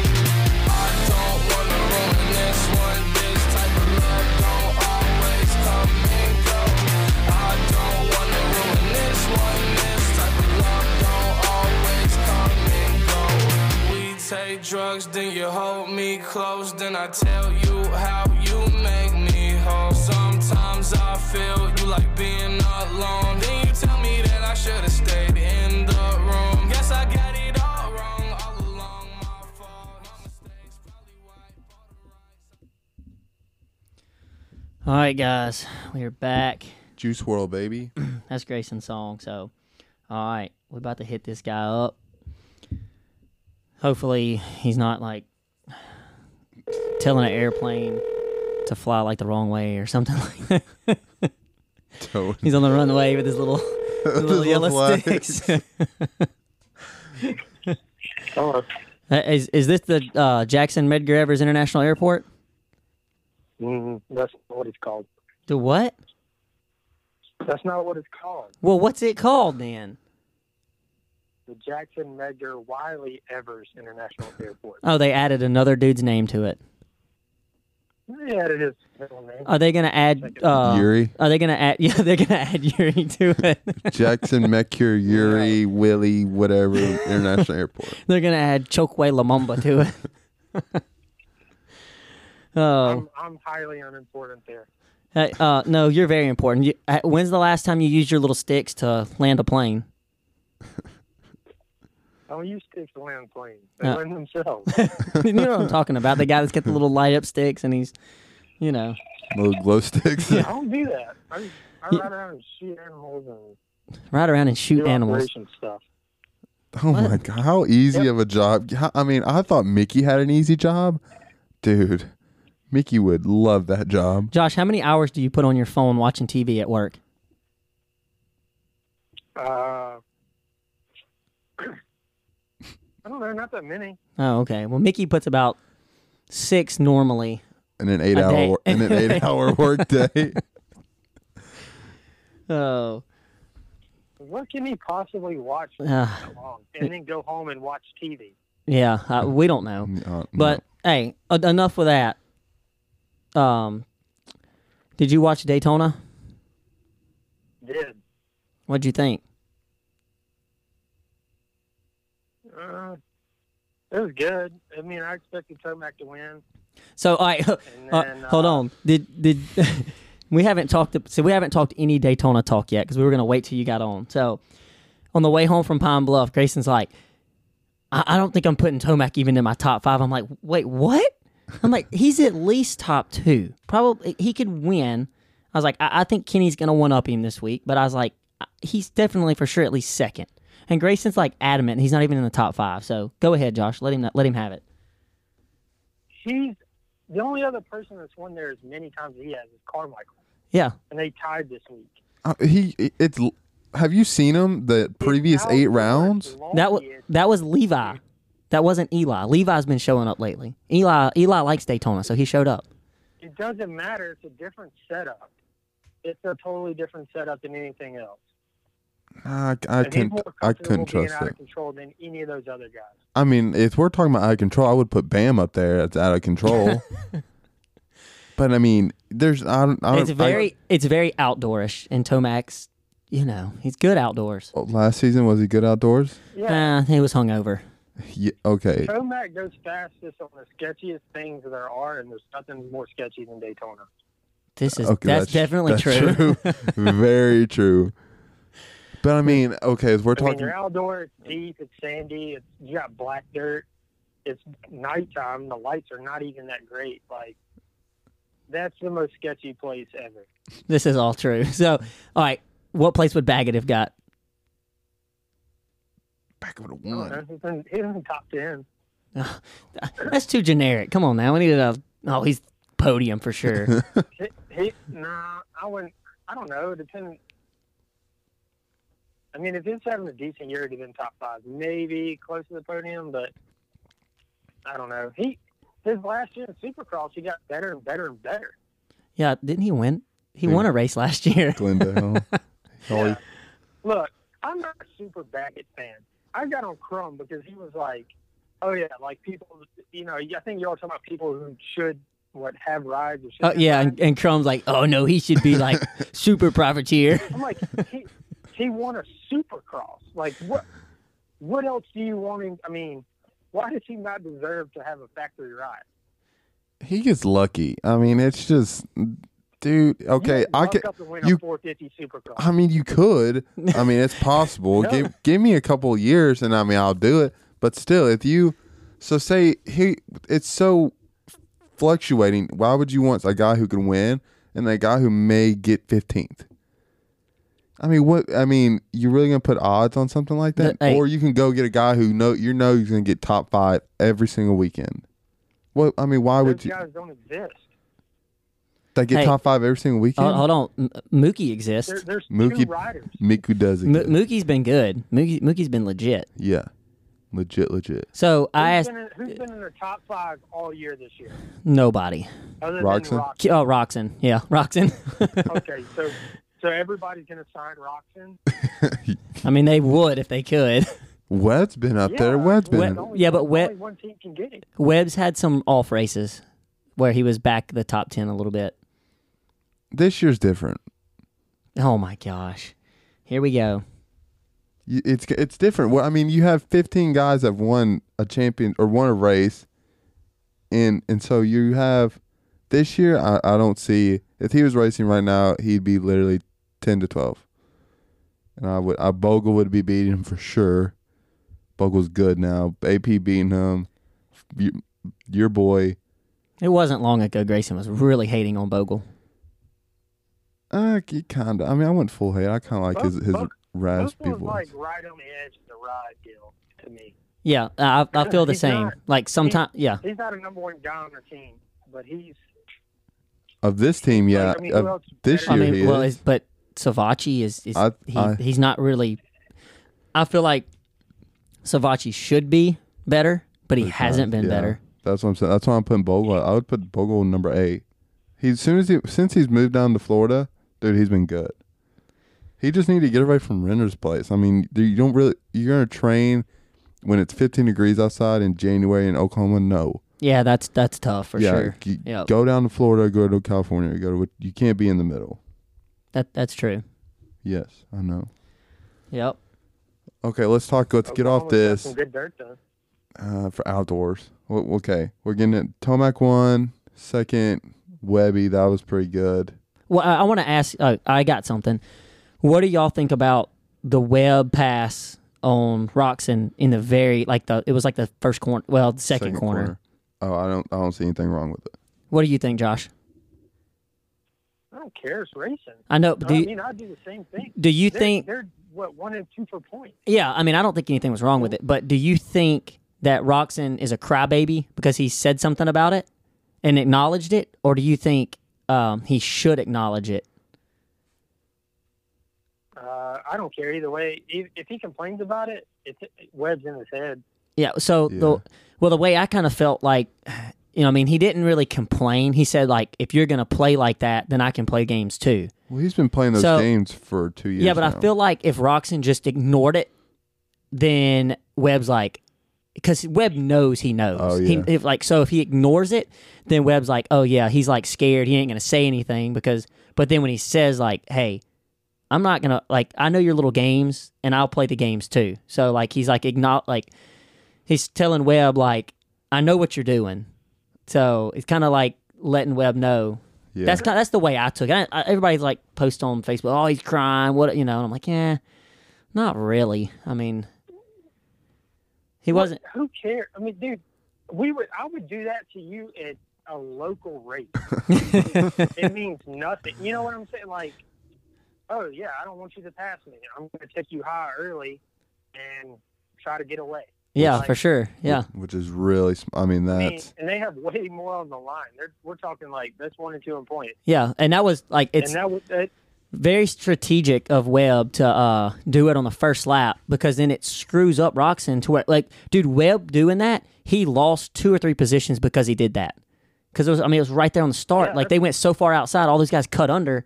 don't wanna ruin this one. This type of love don't always come and go. I don't wanna ruin this one. This type of love don't always come and go. We take drugs, then you hold me close, then I tell you how you make me whole. Sometimes I feel you like being alone. Then you tell me that I should've stayed in the room. Guess I got it all wrong all along. My fault. My mistakes probably why I fought. All All right, guys, we are back. Juice World, baby. That's Grayson's song. So, all right, we're about to hit this guy up. Hopefully, he's not like telling an airplane to fly like the wrong way or something like that. Toad. He's on the runway with his little, his little little yellow flags. sticks. Uh, Is, is this the uh, Jackson Medgar Evers International Airport? Mm, that's not what it's called. The what? That's not what it's called. Well, what's it called then? The Jackson Medgar Wiley Evers International Airport. Oh, they added another dude's name to it. Yeah, it is. his middle name. Are they gonna add uh, Yuri. Are they gonna add? Yeah, they're gonna add Yuri to it. Jackson Mercure Yuri Willie whatever International Airport. they're gonna add Chokwe Lamumba to it. oh, I'm, I'm highly unimportant there. hey, uh, no, you're very important. You, uh, when's the last time you used your little sticks to land a plane? I don't use sticks to land planes. They Uh. land themselves. you know what I'm talking about? The guy that's got the little light up sticks, and he's, you know, Little glow sticks. I don't do that. I, I ride around and shoot animals and ride around and shoot do animals. operation stuff. Oh my god, how easy of a job. How- I mean, I thought Mickey had an easy job. Dude, Mickey would love that job. Josh, how many hours do you put on your phone watching TV at work? Uh, I don't know, not that many. Oh, okay. Well, Mickey puts about six normally. And an 8 A day. hour and an 8 hour workday. Oh, What can he possibly watch for uh, so long? And then go home and watch TV. yeah. Uh, we don't know. Uh, But hey, en- enough with that. Um, did you watch Daytona? Did. What'd you think? Uh, it was good. I mean, I expected Tomac to win. So, all right, uh, then, hold uh, on. Did did we haven't talked? So we haven't talked any Daytona talk yet because we were gonna wait till you got on. So, on the way home from Pine Bluff, Grayson's like, I, I don't think I'm putting Tomac even in my top five. I'm like, wait, what? I'm like, he's at least top two. Probably he could win. I was like, I, I think Kenny's gonna one up him this week, but I was like, I- he's definitely for sure at least second. And Grayson's like adamant he's not even in the top five. So go ahead, Josh. Let him let him have it. He's the only other person that's won there as many times as he has is Carmichael, Yeah, and they tied this week. Uh, he it's have you seen him the previous How eight long rounds? he That was is- that was Levi. That wasn't Eli. Levi's been showing up lately. Eli Eli likes Daytona, so he showed up. It doesn't matter. It's a different setup. It's a totally different setup than anything else. I, I And he's couldn't more I comfortable couldn't being trust out it. of control than any of those other guys. I mean, if we're talking about out of control, I would put Bam up there. That's out of control. but I mean, there's I don't. I don't It's I- very it's very outdoorish, and Tomac's, you know, he's good outdoors. Oh, last season was he good outdoors? Yeah, Uh, he was hungover. Yeah, okay. Tomac goes fastest on the sketchiest things there are, and there's nothing more sketchy than Daytona. This is Okay, that's, definitely that's true. true. very true. But I mean, okay, as we're I mean, talking, you're outdoors, it's deep, it's sandy, it's you got black dirt, it's nighttime, the lights are not even that great. Like, that's the most sketchy place ever. this is all true. So, all right, what place would Baggett have got? back up to one. This is in, he's in the top 10. That's too generic. Come on now, we needed a oh he's podium for sure. He, he, nah, I wouldn't, I don't know, depending. I mean, if he's having a decent year, he'd have been top five, maybe close to the podium, but I don't know. He, his last year in Supercross, he got better and better and better. yeah, didn't he win? He won a race last year. Glendale. Always- Look, I'm not a super Baggett fan. I got on Crum because he was like, oh, yeah, like people, you know, I think y'all talking about people who should, what, have rides or shit. Oh yeah, and, and Crumb's like, oh no, he should be like super profiteer. I'm like, he, he won a supercross. Like, what What else do you want him? I mean, why does he not deserve to have a factory ride? he gets lucky. I mean, it's just, dude. Okay, You I luck can. up to win you- a 450 supercross. I mean, you could. I mean, it's possible. No. Give give me a couple of years, and I mean, I'll do it. But still, if you, so say he, it's so fluctuating. Why would you want a guy who can win and that guy who may get 15th. I mean, what? I mean, you really gonna put odds on something like that, But, hey. or you can go get a guy who know you know he's gonna get top five every single weekend. What? I mean, why Those would you? guys don't exist. They get Hey. top five every single weekend. Hold, hold on, M- Mookie There, exists. there's Mookie- two riders. Miku does it. M- good. Mookie's been good. Mookie, Mookie's been legit. yeah, legit, legit. So I Who's asked been in, who's been in the top five all year this year? nobody. Other Roxon? than Roxon. K- Oh, Roxon. Yeah, Roxon. okay, so so everybody's gonna sign Roxon. I mean, they would if they could. Webb's been up there. Webb's well, been. it's only- yeah, but it's Wet- only one team can get it. Webb's had some off races where he was back the top 10 a little bit. This year's different. Oh my gosh. Here we go. Y- It's it's different. Well, I mean, you have 15 guys that have won a champion or won a race, and and so you have this year. I, I don't see if he was racing right now, he'd be literally 10 to 12, and I would I Bogle would be beating him for sure. Bogle's good now. AP beating him. You, your boy. It wasn't long ago Grayson was really hating on Bogle. Uh, kind of. I mean, I went full hate. I kind of like his his Bog- raspy voice. Boogle's like right on the edge of the ride deal to me. Yeah, I, I feel the He's same. not. Like sometimes, yeah. He's not a number one guy on the team, but he's Of this team, yeah. I mean, of who else is this better? year, I mean, he well, is. it's- but Savachi is, is I- he, I- he's not really. I feel like Savachi should be better, but he hasn't been Yeah, better. That's what I'm saying. That's why I'm putting Bogle. I would put Bogle number eight. He as soon as he since he's moved down to Florida, dude, he's been good. He just need to get away from Renner's place. I mean, dude, you don't really you're gonna train when it's 15 degrees outside in January in Oklahoma. No, Yeah, that's that's tough for yeah, sure. g- Yeah, go down to Florida, go to California, go to you can't be in the middle. that that's true. Yes, I know. Yep. Okay, let's talk. Let's get off this. Oklahoma's got Some good dirt though. uh, for outdoors. W- Okay, we're getting it. Tomac one, second Webby. That was pretty good. Well, I, I want to ask. Uh, I got something. What do y'all think about the web pass on Roxon in the very like the it was like the first corner, well, the second, corner. Oh, I don't. I don't see anything wrong with it. What do you think, Josh? I don't care. It's racing. I know. but Uh, Do I you, mean, I do the same thing. do you They're- think? they're what one and two for points? Yeah, I mean, I don't think anything was wrong with it, but do you think that Roxon is a crybaby because he said something about it and acknowledged it, or do you think um, he should acknowledge it? Uh, I don't care either way. If, if he complains about it, it's webs in his head. Yeah. So the well, the way I kind of felt like, you know, I mean, he didn't really complain. He said like, if you're gonna play like that, then I can play games too. Well, he's been playing those So- games for two years. yeah, but I now. feel like if Roxon just ignored it, then Webb's like, because Webb knows he knows. Oh, yeah. He, if like so, if he ignores it, then Webb's like, oh yeah, he's like scared. He ain't gonna say anything because. But then when he says like, hey, I'm not gonna like I know your little games and I'll play the games too. So like he's like igno- like he's telling Webb like I know what you're doing. So it's kind of like letting Webb know. Yeah. That's kind that's the way I took it. I, I, everybody's like post on Facebook, oh he's crying, what you know? And I'm like, yeah, not really. I mean, he wasn't. Who cares? I mean, dude, we would. I would do that to you at a local rate. it means nothing. You know what I'm saying? Like, oh yeah, I don't want you to pass me. I'm going to take you high early and try to get away. Yeah, like- for sure. Yeah, Which is really. Sm- I mean, I mean, that's and they have way more on the line. They're, we're talking like that's one and two in point. yeah. And that was like it's and that was that. very strategic of Webb to uh, do it on the first lap because then it screws up Roxon to where, like, dude, Webb doing that, he lost two or three positions because he did that. Because it was, I mean, it was right there on the start. Yeah. like they went so far outside, all those guys cut under.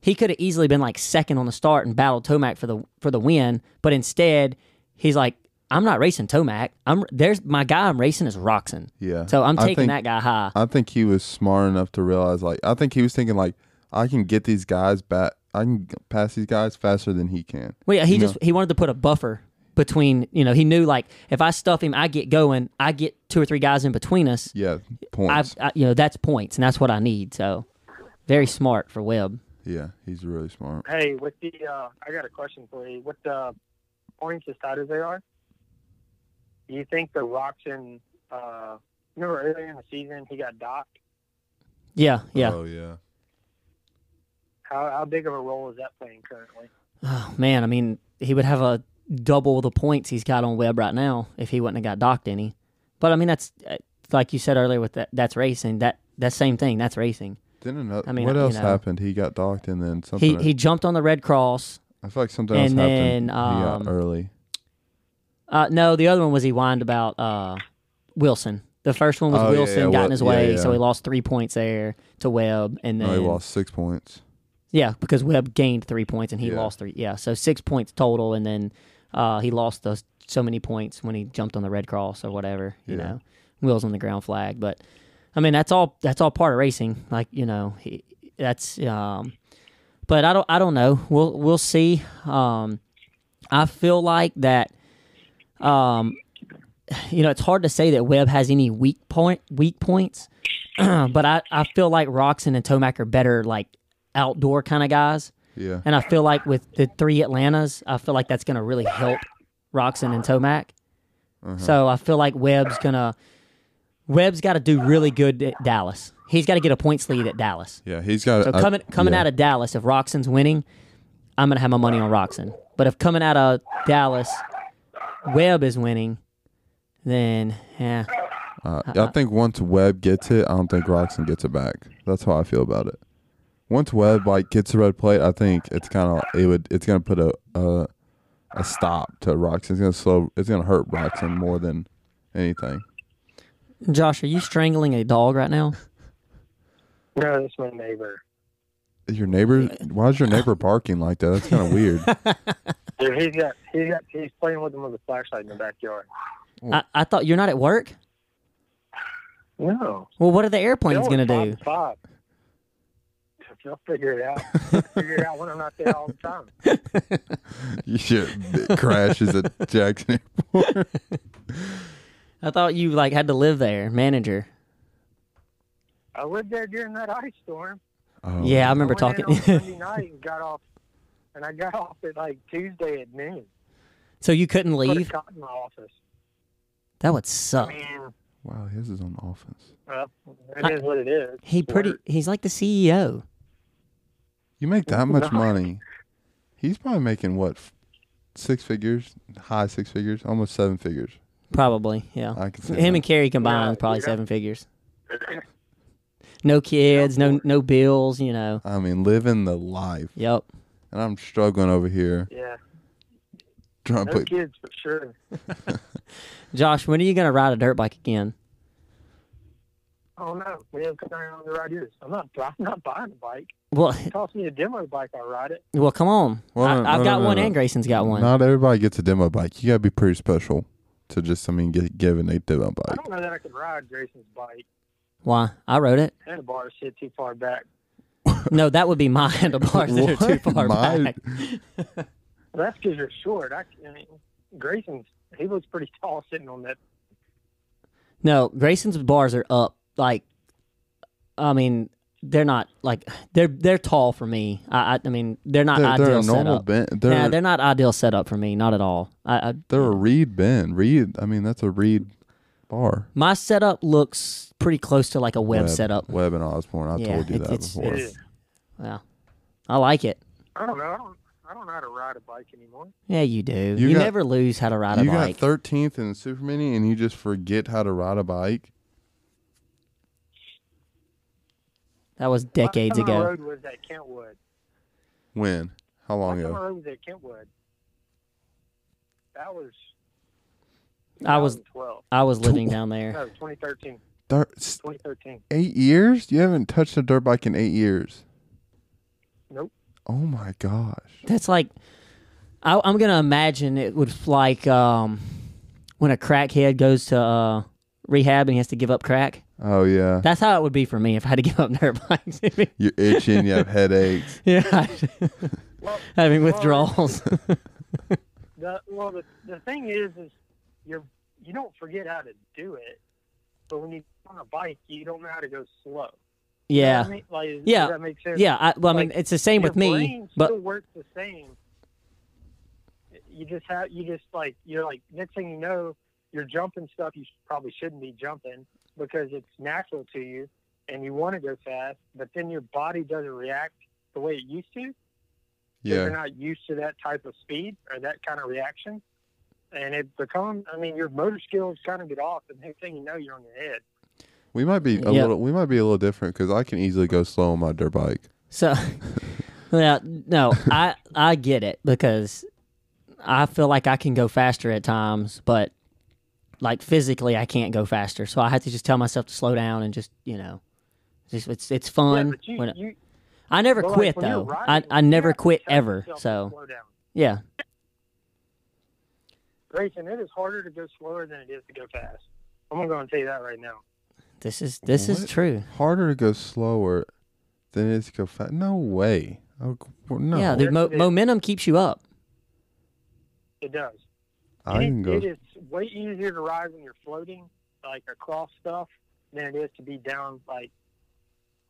He could have easily been like second on the start and battled Tomac for the for the win, but instead he's like, I'm not racing Tomac. I'm there's my guy. I'm racing is Roxon. yeah. So I'm I taking think- that guy high. I think he was smart enough to realize. Like, I think he was thinking like, I can get these guys back. I can g- pass these guys faster than he can. Well, yeah, he You just he wanted to put a buffer between. You know, he knew like if I stuff him, I get going. I get two or three guys in between us. Yeah. Points. I've, I, you know, that's points, and that's what I need. So, very smart for Webb. yeah. He's really smart. Hey, with the uh, I got a question for you. With the points as tight as they are, do you think the Roxon? Uh, remember earlier in the season he got docked. Uh, Yeah, yeah. Oh yeah. How, how big of a role is that playing currently? Oh, man, I mean, he would have a double the points he's got on Webb right now if he wouldn't have got docked any. But I mean, that's uh, like you said earlier with that. That's racing. That that same thing. That's racing. Then another. I mean, what you else know. happened? He got docked, and then something. He he jumped on the Red Cross. I feel like something else and happened. then, he got um, early. Uh, no, the other one was he whined about uh, Wilson. The first one was Oh, yeah, Wilson yeah, got in Wil- his way, yeah, so yeah. he lost three points there to Webb, and then No, he lost six points. Yeah, because Webb gained three points and he Yeah. lost three. Yeah, so six points total, and then uh, he lost those so many points when he jumped on the Red Cross or whatever. You Yeah. know, wheels on the ground flag. But I mean, that's all. That's all part of racing. Like you know, he, that's. Um, but I don't. I don't know. We'll we'll see. Um, I feel like that. Um, you know, it's hard to say that Webb has any weak point weak points, but I, I feel like Roxon and Tomac are better like outdoor kind of guys, Yeah. and I feel like with the three Atlantas, I feel like that's gonna really help Roxon and Tomac. So I feel like Webb's gonna Webb's got to do really good at Dallas. He's got to get a points lead at Dallas. Yeah, he's got. So coming coming out of Dallas, if Roxon's winning, I'm gonna have my money on Roxon. But if coming out of Dallas, Webb is winning, then yeah, Uh, I think once Webb gets it, I don't think Roxon gets it back. That's how I feel about it. Once Webb like gets the red plate, I think it's kind of it would it's gonna put a a, a stop to Roxon. It's gonna slow. It's gonna hurt Roxon more than anything. Josh, are you strangling a dog right now? No, that's my neighbor. Your neighbor? Why is your neighbor barking like that? That's kind of weird. Dude, he's got he's got he's playing with him with a flashlight in the backyard. I, I thought you're not at work. No, Well, what are the airplanes They'll gonna pop do? Pop. They'll figure it out. figure it out when I'm not there all the time. Shit, it crashes at Jackson Airport. I thought you like had to live there, manager. I lived there during that ice storm. Oh, yeah, I remember I went in talking. on Sunday night and got off, and I got off at like Tuesday at noon. so you couldn't Put a leave? cot in my office. That would suck. Man, Wow, his is on offense. well, uh, it is what it is. He pretty. He's like the E CEO. You make that much Nice. money. He's probably making what, f- six figures, high six figures, almost seven figures. Probably, yeah. I can see Him that. and Kerry combined Yeah, is probably yeah. seven figures. No kids, no no bills, you know. I mean, living the life. Yep. And I'm struggling over here Yeah, trying to no put. kids for sure. Josh, when are you gonna ride a dirt bike again? Oh no, we haven't come around the right ears. I'm not. I'm not buying a bike. Well, Toss me a demo bike, I ride it. well, come on. Well, I, no, I've no, got no, one, no. and Grayson's got one. Not everybody gets a demo bike. You gotta be pretty special to just, I mean, get given a demo I bike. don't know that I could ride Jason's bike. Why? I rode it. Handlebars sit too far back. No, that would be my handlebars that are too What? far My- back. Well, that's because you're short. I, I mean, Grayson's he looks pretty tall sitting on that. No, Grayson's bars are up. Like, I mean, they're not like they're they're tall for me. I I, I mean, they're not They're, ideal they're a normal setup. bend. They're, yeah, they're, they're not ideal setup for me. Not at all. I, I a reed bend. Reed, I mean, that's a reed bar. my setup looks pretty close to like a web, setup. Web and Osborne. I Yeah, told you it's- that it's- before. it's- Wow, I like it. I don't know. I don't. I don't know how to ride a bike anymore. Yeah, you do. You You, got- never lose how to ride a you bike. got 13th in the Super Mini and you just forget how to ride a bike. that was decades Last time I ago. rode was at Kentwood. When? How long Last time I ago? rode was at Kentwood. That was. I was 2012. I was living down there. No, 2013. Thir- s- 2013. eight years? You haven't touched a dirt bike in eight years. Nope. Oh my gosh. That's like I, I'm gonna imagine it was like um, when a crackhead goes to uh, rehab and he has to give up crack. Oh yeah. That's how it would be for me if I had to give up dirt bikes. You're itching. You have headaches. yeah, Well, having withdrawals. the well, the, the thing is, is you're you don't forget how to do it, but when you are on a bike, you don't know how to go slow. You know yeah, what I mean? Like, does Yeah. that make sense? yeah. I, well, I mean, Like, it's the same Your with me, brain but still works the same. You just have you just like you're like next thing you know you're jumping stuff you sh- probably shouldn't be jumping because it's natural to you and you want to go fast, but then your body doesn't react the the way it used to. 'cause Yeah. They're not used to that type of speed or that kind of reaction. And it become, I mean, your motor skills kind of get off, and next thing you know, you're on your head. We might be a Yeah. little. We might be a little different because I can easily go slow on my dirt bike. So, yeah, no, I I get it because I feel like I can go faster at times, but like physically, I can't go faster. So I have to just tell myself to slow down and just you know, just it's it's Yeah, fun. but you, when- you, I never but, like, quit when you're though. riding, I I you never have to quit tell ever. yourself to So slow down. yeah, Grayson, it is harder to go slower than it is to go fast. I'm gonna go and tell you that right now. this is this is What? true. Harder to go slower than it is to go fast. No way. Oh, g- well, no. Yeah, the mo- Yes, it is. momentum keeps you up. It does. I it, can go. it is way easier to ride when you're floating, like across stuff, than it is to be down, like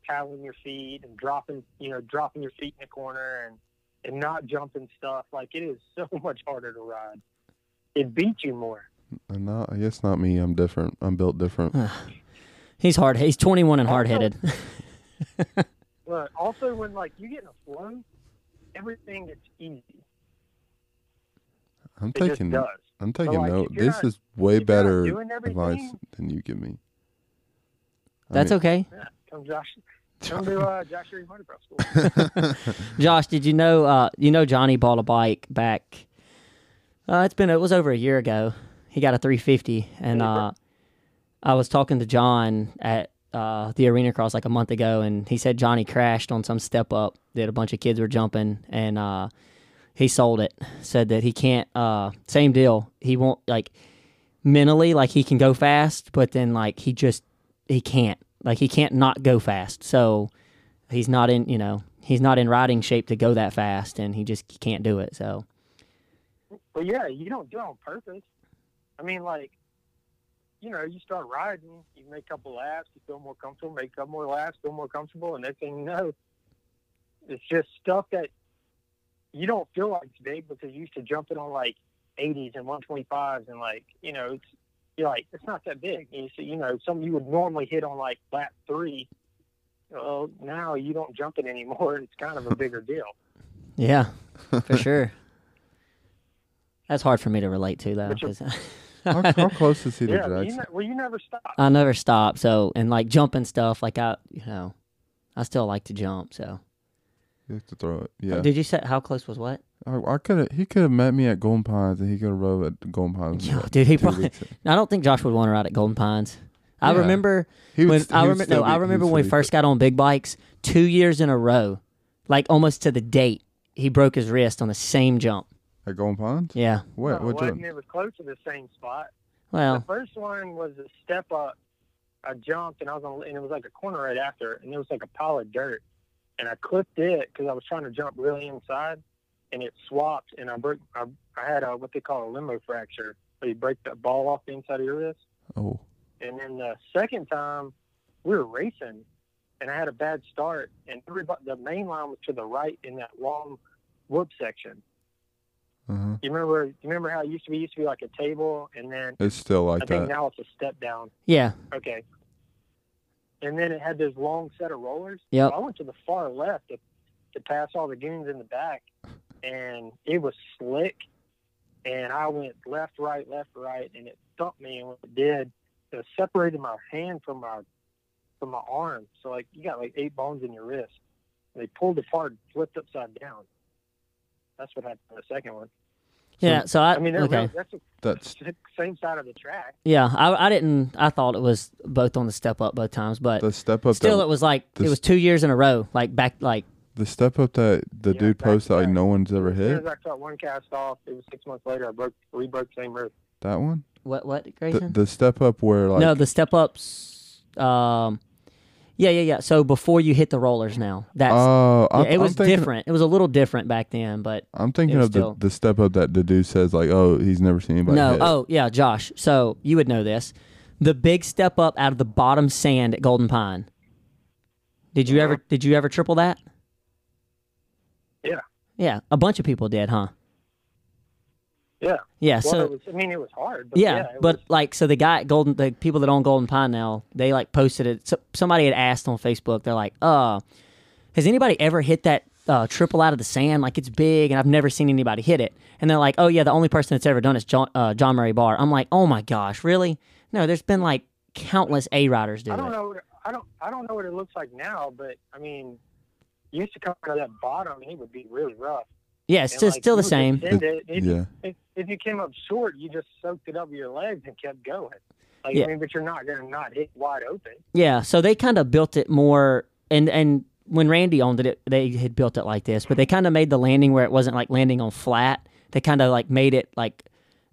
paddling your feet and dropping, you know, dropping your feet in the corner and and not jumping stuff. Like it is so much harder to ride. It beats you more. I'm not. I guess not me. I'm different. I'm built different. He's hard. He's 21 and hard headed. Look, also when like you get in a flow, everything gets easy. I'm It taking. just does. I'm taking like, if note. you're This not- is way if you're not better doing advice everything- than you give me. I That's mean, okay. Yeah, come Josh, come to uh, Joshua Reed Motocross School. Josh, did you know? Uh, you know, Johnny bought a bike back. Uh, it's been it was over a year ago. He got a 350, and uh, I was talking to John at uh, the arena cross like a month ago, and he said Johnny crashed on some step up that a bunch of kids were jumping, and uh, he sold it. Said that he can't. Uh, same deal. He won't like mentally like he can go fast, but then like he just he can't like he can't not go fast. So he's not in you know he's not in riding shape to go that fast and he just can't do it so But yeah, you don't do it on purpose. I mean, like, you know, you start riding, you make a couple laps, you feel more comfortable, make a couple more laps, feel more comfortable, and next thing you know, it's just stuff that you don't feel like it's big because you used to jumping on like 80s and 125s and like, you know, it's, you're like, it's not that big. And you see, you know, something you would normally hit on like lap three. Well, now you don't jump it anymore, and it's kind of a bigger deal. yeah for sure that's hard for me to relate to though But you're- 'cause How, how close is he to Yeah, you Jackson? ne- well, you never stop. i never stop so and like jumping stuff like i you know i still like to jump so You have to throw it. Yeah. did you say how close was what I, I could have. He could have met me at Golden Pines, and he could have rode at Golden Pines. Yeah, like dude he two probably weeks ago. i don't think josh would want to ride at golden pines i Yeah. remember He would when st- I he would remember, still no, be- he I would remember still when be we first got on big bikes, two years in a row, like almost to the date, he broke his wrist on the same jump. at Golden Pines. Yeah. What? What? No, it Uh, wasn't. jump? It was close to the same spot. The Well, first one was a step up. I jumped and I was on, and it was like a corner right after, it, and it was like a pile of dirt, and I clipped it because I was trying to jump really inside, and it swapped, and I broke. I, I had a what they call a limo fracture, where you break that ball off the inside of your wrist. Oh, And then the second time, we were racing, and I had a bad start, and everybody, the main line was to the right in that long whoop section. uh-huh. You remember? You remember how it used to be? It used to be like a table, and then it's still I like think that. now it's a step down. yeah. Okay. And then it had this long set of rollers. Yep. So I went to the far left to, to pass all the goons in the back, and it was slick. And I went left, right, left, right, and it thumped me. And when it did, it separated my hand from my from my arm. So like you got like eight bones in your wrist. And they pulled apart, and flipped upside down. That's what happened in the second one. Yeah. So I, I mean, they're okay. real- that's the That's same side of the track. Yeah. I, I didn't, I thought it was both on the step up both times, but the step up. still that, it was like, it this- was two years in a row, like back, like, the step up that the Yeah, dude back to posted like back. no one's ever As soon hit. as I cut one cast off, it was six months later. I broke, re-broke the same roof. That one. what, what, The, Grayson? the step up where like no, the step ups. Um, yeah, yeah, yeah. So before you hit the rollers now, that's, oh yeah, I'm, it was I'm thinking, different. It was a little different back then, but I'm thinking It was of the, still- the step up that the dude says like oh he's never seen anybody. no. hit. Oh, yeah, Josh. So you would know this. The big step up out of the bottom sand at Golden Pine. Did you ever did you ever triple that? Yeah, Yeah, a bunch of people did, huh? yeah. Yeah, Well, so it was, I mean, it was hard. But yeah, yeah, it but was- like so the guy at Golden the people that own Golden Pine now, they like posted it so, somebody had asked on Facebook, they're like, "Uh, has anybody ever hit that uh, triple out of the sand. Like it's big, and I've never seen anybody hit it. And they're like, oh yeah, the only person that's ever done is John, uh, John Murray Barr. I'm like, oh my gosh, really? No, there's been like countless A riders do I it. don't know. What, I don't. I don't know what it looks like now, but I mean, you used to come out of that bottom, it would be really rough. Yeah, it's And, still, like, still you the would same. defend it. If, Yeah. if, if you came up short, you just soaked it up with your legs and kept going. Like Yeah. I mean, but you're not gonna not hit wide open. Yeah, so they kind of built it more, and and when Randy owned it, they had built it like this, but they kind of made the landing where it wasn't like landing on flat. They kind of like made it like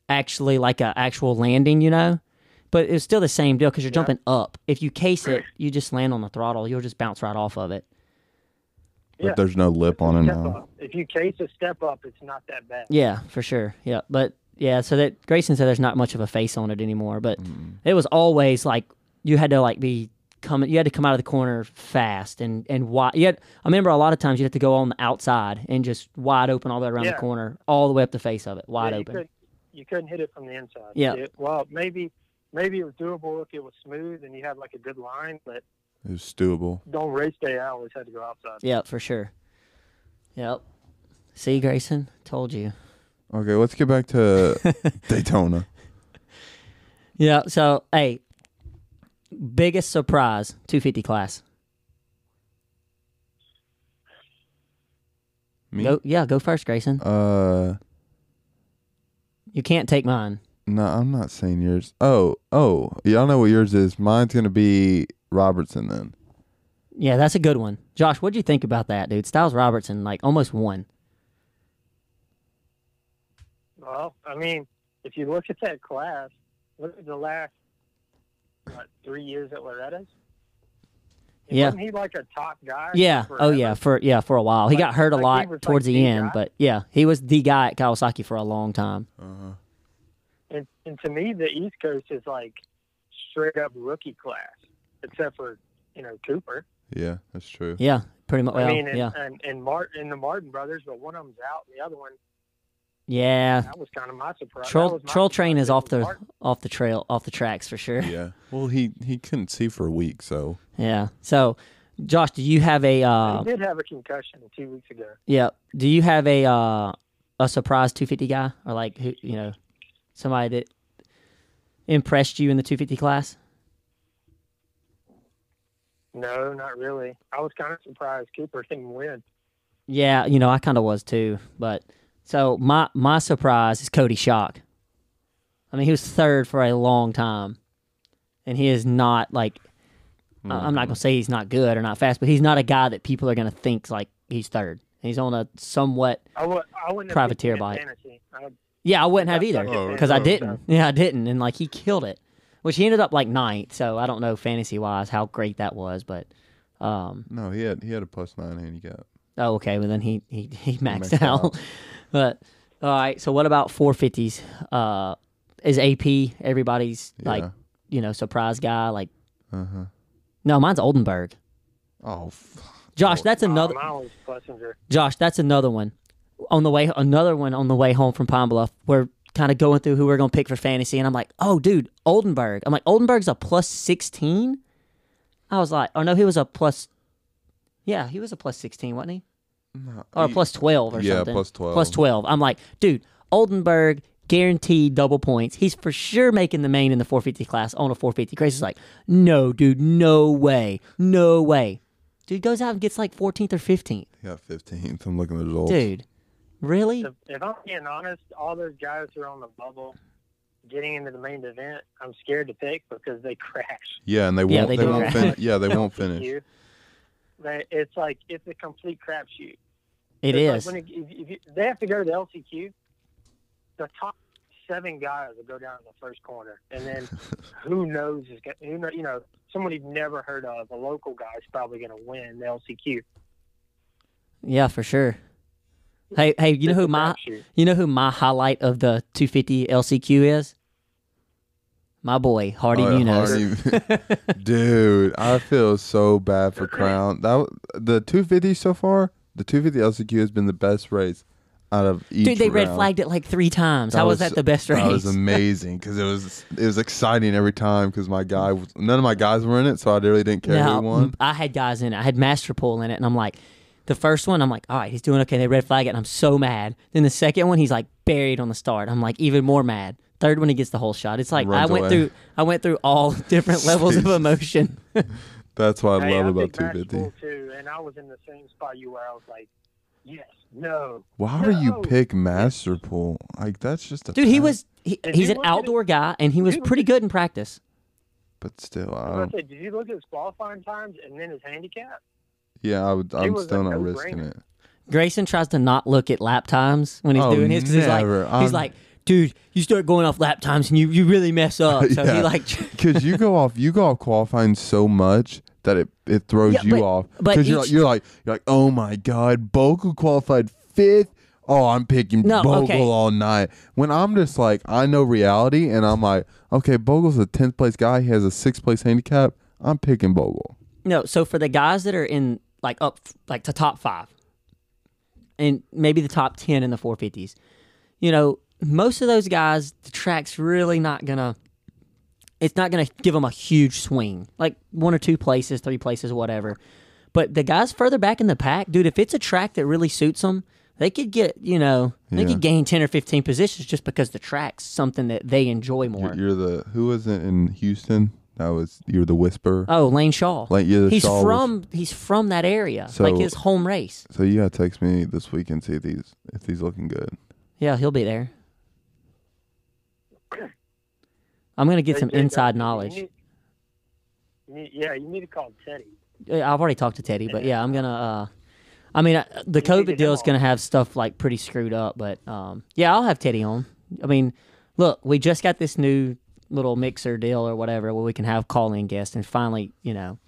actually like a actual landing, you know. But it's still the same deal because you're jumping up. If you case it, you just land on the throttle. You'll just bounce right off of it. But Yeah. there's no lip on it Step now. up. If you case a step up, it's not that bad. Yeah, for sure. Yeah, but yeah, so that Grayson said there's not much of a face on it anymore, but it was always like you had to like be coming, you had to come out of the corner fast and and wide. You had, I remember a lot of times you had to go on the outside and just wide open all the way around Yeah. the corner, all the way up the face of it, wide Yeah, you open. couldn't- You couldn't hit it from the inside. Yeah. It- well, maybe maybe it was doable if it was smooth and you had like a good line, but It was doable. don't race day. I always had to go outside. Yeah, for sure. Yep. See, Grayson, told you. Okay, let's get back to Daytona. Yeah. So, hey, biggest surprise, 250 class. Me? Go, yeah, go first, Grayson. Uh, You can't take mine. no, I'm not saying yours. Oh, oh, y'all know what yours is. Mine's gonna be Robertson then. Yeah, that's a good one. Josh, what'd you think about that, dude? Styles Robertson, like almost won. Well, I mean, if you look at that class, look at the last what, three years at Loretta's. Yeah. Wasn't he like a top guy? Yeah. Oh forever? yeah. For yeah, for a while. He Like- got hurt a like, he lot was, like, towards the the end, guy. but yeah, he was the guy at Kawasaki for a long time. And, and to me, the East Coast is like straight up rookie class, except for you know Cooper. Yeah, that's true. Yeah, pretty much. Well, I mean, and, yeah, and, and Martin and the Martin brothers, but one of them's out, and the other one yeah. that was kind of my surprise. That Troll was my Troll Train surprise. is It off was the Martin. off the trail off the tracks for sure. Yeah. Well, he he couldn't see for a week, so Yeah. So, Josh, do you have a uh, he did have a concussion two weeks ago. yeah? Do you have a uh, a surprise 250 guy or like who you know somebody that impressed you in the 250 class? No, not really. I was kind of surprised Cooper didn't win. Yeah, you know, I kind of was too. But so my my surprise is Cody Shock. I mean, he was third for a long time, and he is not like I- I'm not gonna say he's not good or not fast, but he's not a guy that people are gonna think like he's third. He's on a somewhat I would. I wouldn't. have Privateer picked him in bike. fantasy. I, yeah, I wouldn't have That's either not good because I fantasy. didn't. Yeah, I didn't, and like he killed it, which he ended up like ninth. So I don't know fantasy wise how great that was, but um, no, he had he had a plus nine handicap. Oh, okay. Well, then he he, he maxed, maxed out. out. but all right. So what about 450s? Uh, is AP everybody's like Yeah. you know surprise guy? Like Uh Uh-huh. huh. no, mine's Oldenburg. Oh, f- Josh, that's another. Mine was Plessinger. Josh, that's another one. On the way, another one on the way home from Pine Bluff. We're kind of going through who we're gonna pick for fantasy, and I'm like, oh, dude, Oldenburg. I'm like, Oldenburg's a plus sixteen. I was like, oh no, he was a plus. Yeah, he was a plus sixteen, wasn't he? Or he- plus twelve or Yeah, something. plus 12. Plus twelve. I'm like, dude, Oldenburg guaranteed double points. He's for sure making the main in the 450 class on a 450. Grace is like, no, dude, no way, no way. Dude goes out and gets like 14th or 15th. he got fifteenth. I'm looking at the results. Dude, really? If, if I'm being honest, all those guys who are on the bubble, getting into the main event, I'm scared to pick because they crash. Yeah, and they won't. Yeah, they they do won't. that. Fin- yeah, they won't finish. You. They- It's like it's a complete crapshoot. It It's is. like when you- if- if you- they have to go to the LCQ. The top seven guys will go down in the first corner, and then who knows is going who know, you know someone you've never heard of, a local guy is probably going to win the LCQ. Yeah, for sure. Hey, hey, you know It's who a my crapshoot. you know who my highlight of the 250 LCQ is? My boy Hardy Oh, Munoz. Hardy- Dude, I feel so bad for Crown. That w- the 250 so far, the 250 LCQ has been the best race out of each. Dude, they red round. flagged it like three times. How was, that the best race? That was amazing because it was it was exciting every time because my guy was, none of my guys were in it, so I really didn't care Now, who won. I had guys in it. I had Masterpool in it, and I'm like, The first one, I'm like, all right, he's doing okay. They red flag it, and I'm so mad. Then the second one, he's like buried on the start. I'm like even more mad. Third one, he gets the whole shot. It's like I Runs went away. through, I went through all different levels of Jesus. emotion. That's what I Hey, love I about think that's 250. cool, too, and I was in the same spot you were. I was like, yes, no. Why would you No. pick Masterpool? Like that's just a Dude, he fact, was he, If he's you an look at it- outdoor guy, and he was Dude, look pretty at- good in practice. But still, I I was about don't. to say, did you look at his qualifying times and then his handicap? Yeah, I would. I'm was a still not risking no-brainer. it. Grayson tries to not look at lap times when he's Oh, doing his because he's like, never. Um, he's I'm- like, dude, you start going off lap times and you you really mess up. So Yeah. he like, Because you go off, you go off qualifying so much that it it throws Yeah, you but- off. but you're like, each- you're like you're like, oh my god, Bogle qualified fifth. Oh, I'm picking No, Bogle okay. all night. When I'm just like, I know reality, and I'm like, okay, Bogle's a tenth place guy. He has a sixth place handicap. I'm picking Bogle. no. So for the guys that are in like up like to top five, and maybe the top ten in the 450s, you know, most of those guys, the track's really not gonna. It's not going to give them a huge swing, like one or two places, three places, whatever. But the guys further back in the pack, dude, if it's a track that really suits them, they could get, you know, they Yeah. could gain 10 or 15 positions just because the track's something that they enjoy more. You're, you're the who was it in Houston? That was you're the whisperer. Oh, Lane Shaw. Like, yeah, the he's Shaw was- from he's from that area, So- like his home race. So you gotta text me this week and see if these if he's looking good. Yeah, he'll be there. I'm gonna get Hey, some Jake, I think inside you knowledge. need- you need- yeah, you need to call Teddy. Uh, I've already talked to Teddy, but yeah, I'm gonna. Uh, I mean, uh, the You need to COVID deal is know. gonna have stuff like pretty screwed up, but um, yeah, I'll have Teddy on. I mean, look, we just got this new little mixer deal or whatever where we can have call-in guests, and finally, you know,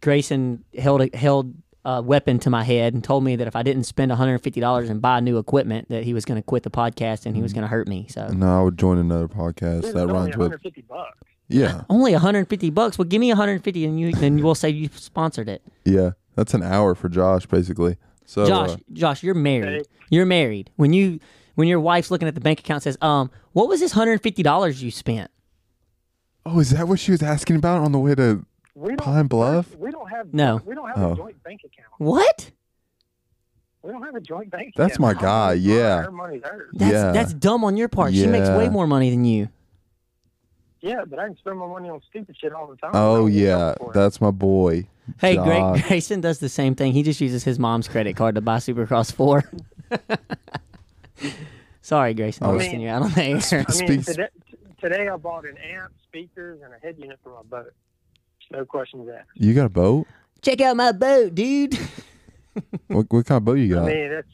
Grayson held a, held a weapon to my head and told me that if I didn't spend 150 dollars and buy new equipment, that he was gonna quit the podcast and he was gonna hurt me. So No, I would join another podcast Dude, that it's only runs with 150 bucks. yeah only 150 bucks. Well, give me 150 and you then we'll say you sponsored it. yeah. That's an hour for Josh basically. So Josh, uh, Josh, you're married. Okay. You're married. When you when your wife's looking at the bank account says, "Um, what was this hundred fifty dollars you spent?" oh, is that what she was asking about on the way to? We don't, Pine Bluff? We don't have No. We don't have Oh. a joint bank account. What? We don't have a joint bank. That's my account. guy, Our money's yeah. mine, Our money's hers. That's Yeah. that's dumb on your part. She makes Yeah. way more money than you. Yeah, but I can spend my money on stupid shit all the time. I Oh don't get yeah, help for it. that's my boy. Hey, Josh. Greg Grayson does the same thing. He just uses his mom's credit card to buy Supercross Four. Sorry, Grayson, I I'm was- listening you out on the air. I mean, speaks- today, t- today I bought an amp, speakers, and a head unit for my boat. No questions asked. You got a boat? Check out my boat, dude. what what kind of boat you I got? mean, that's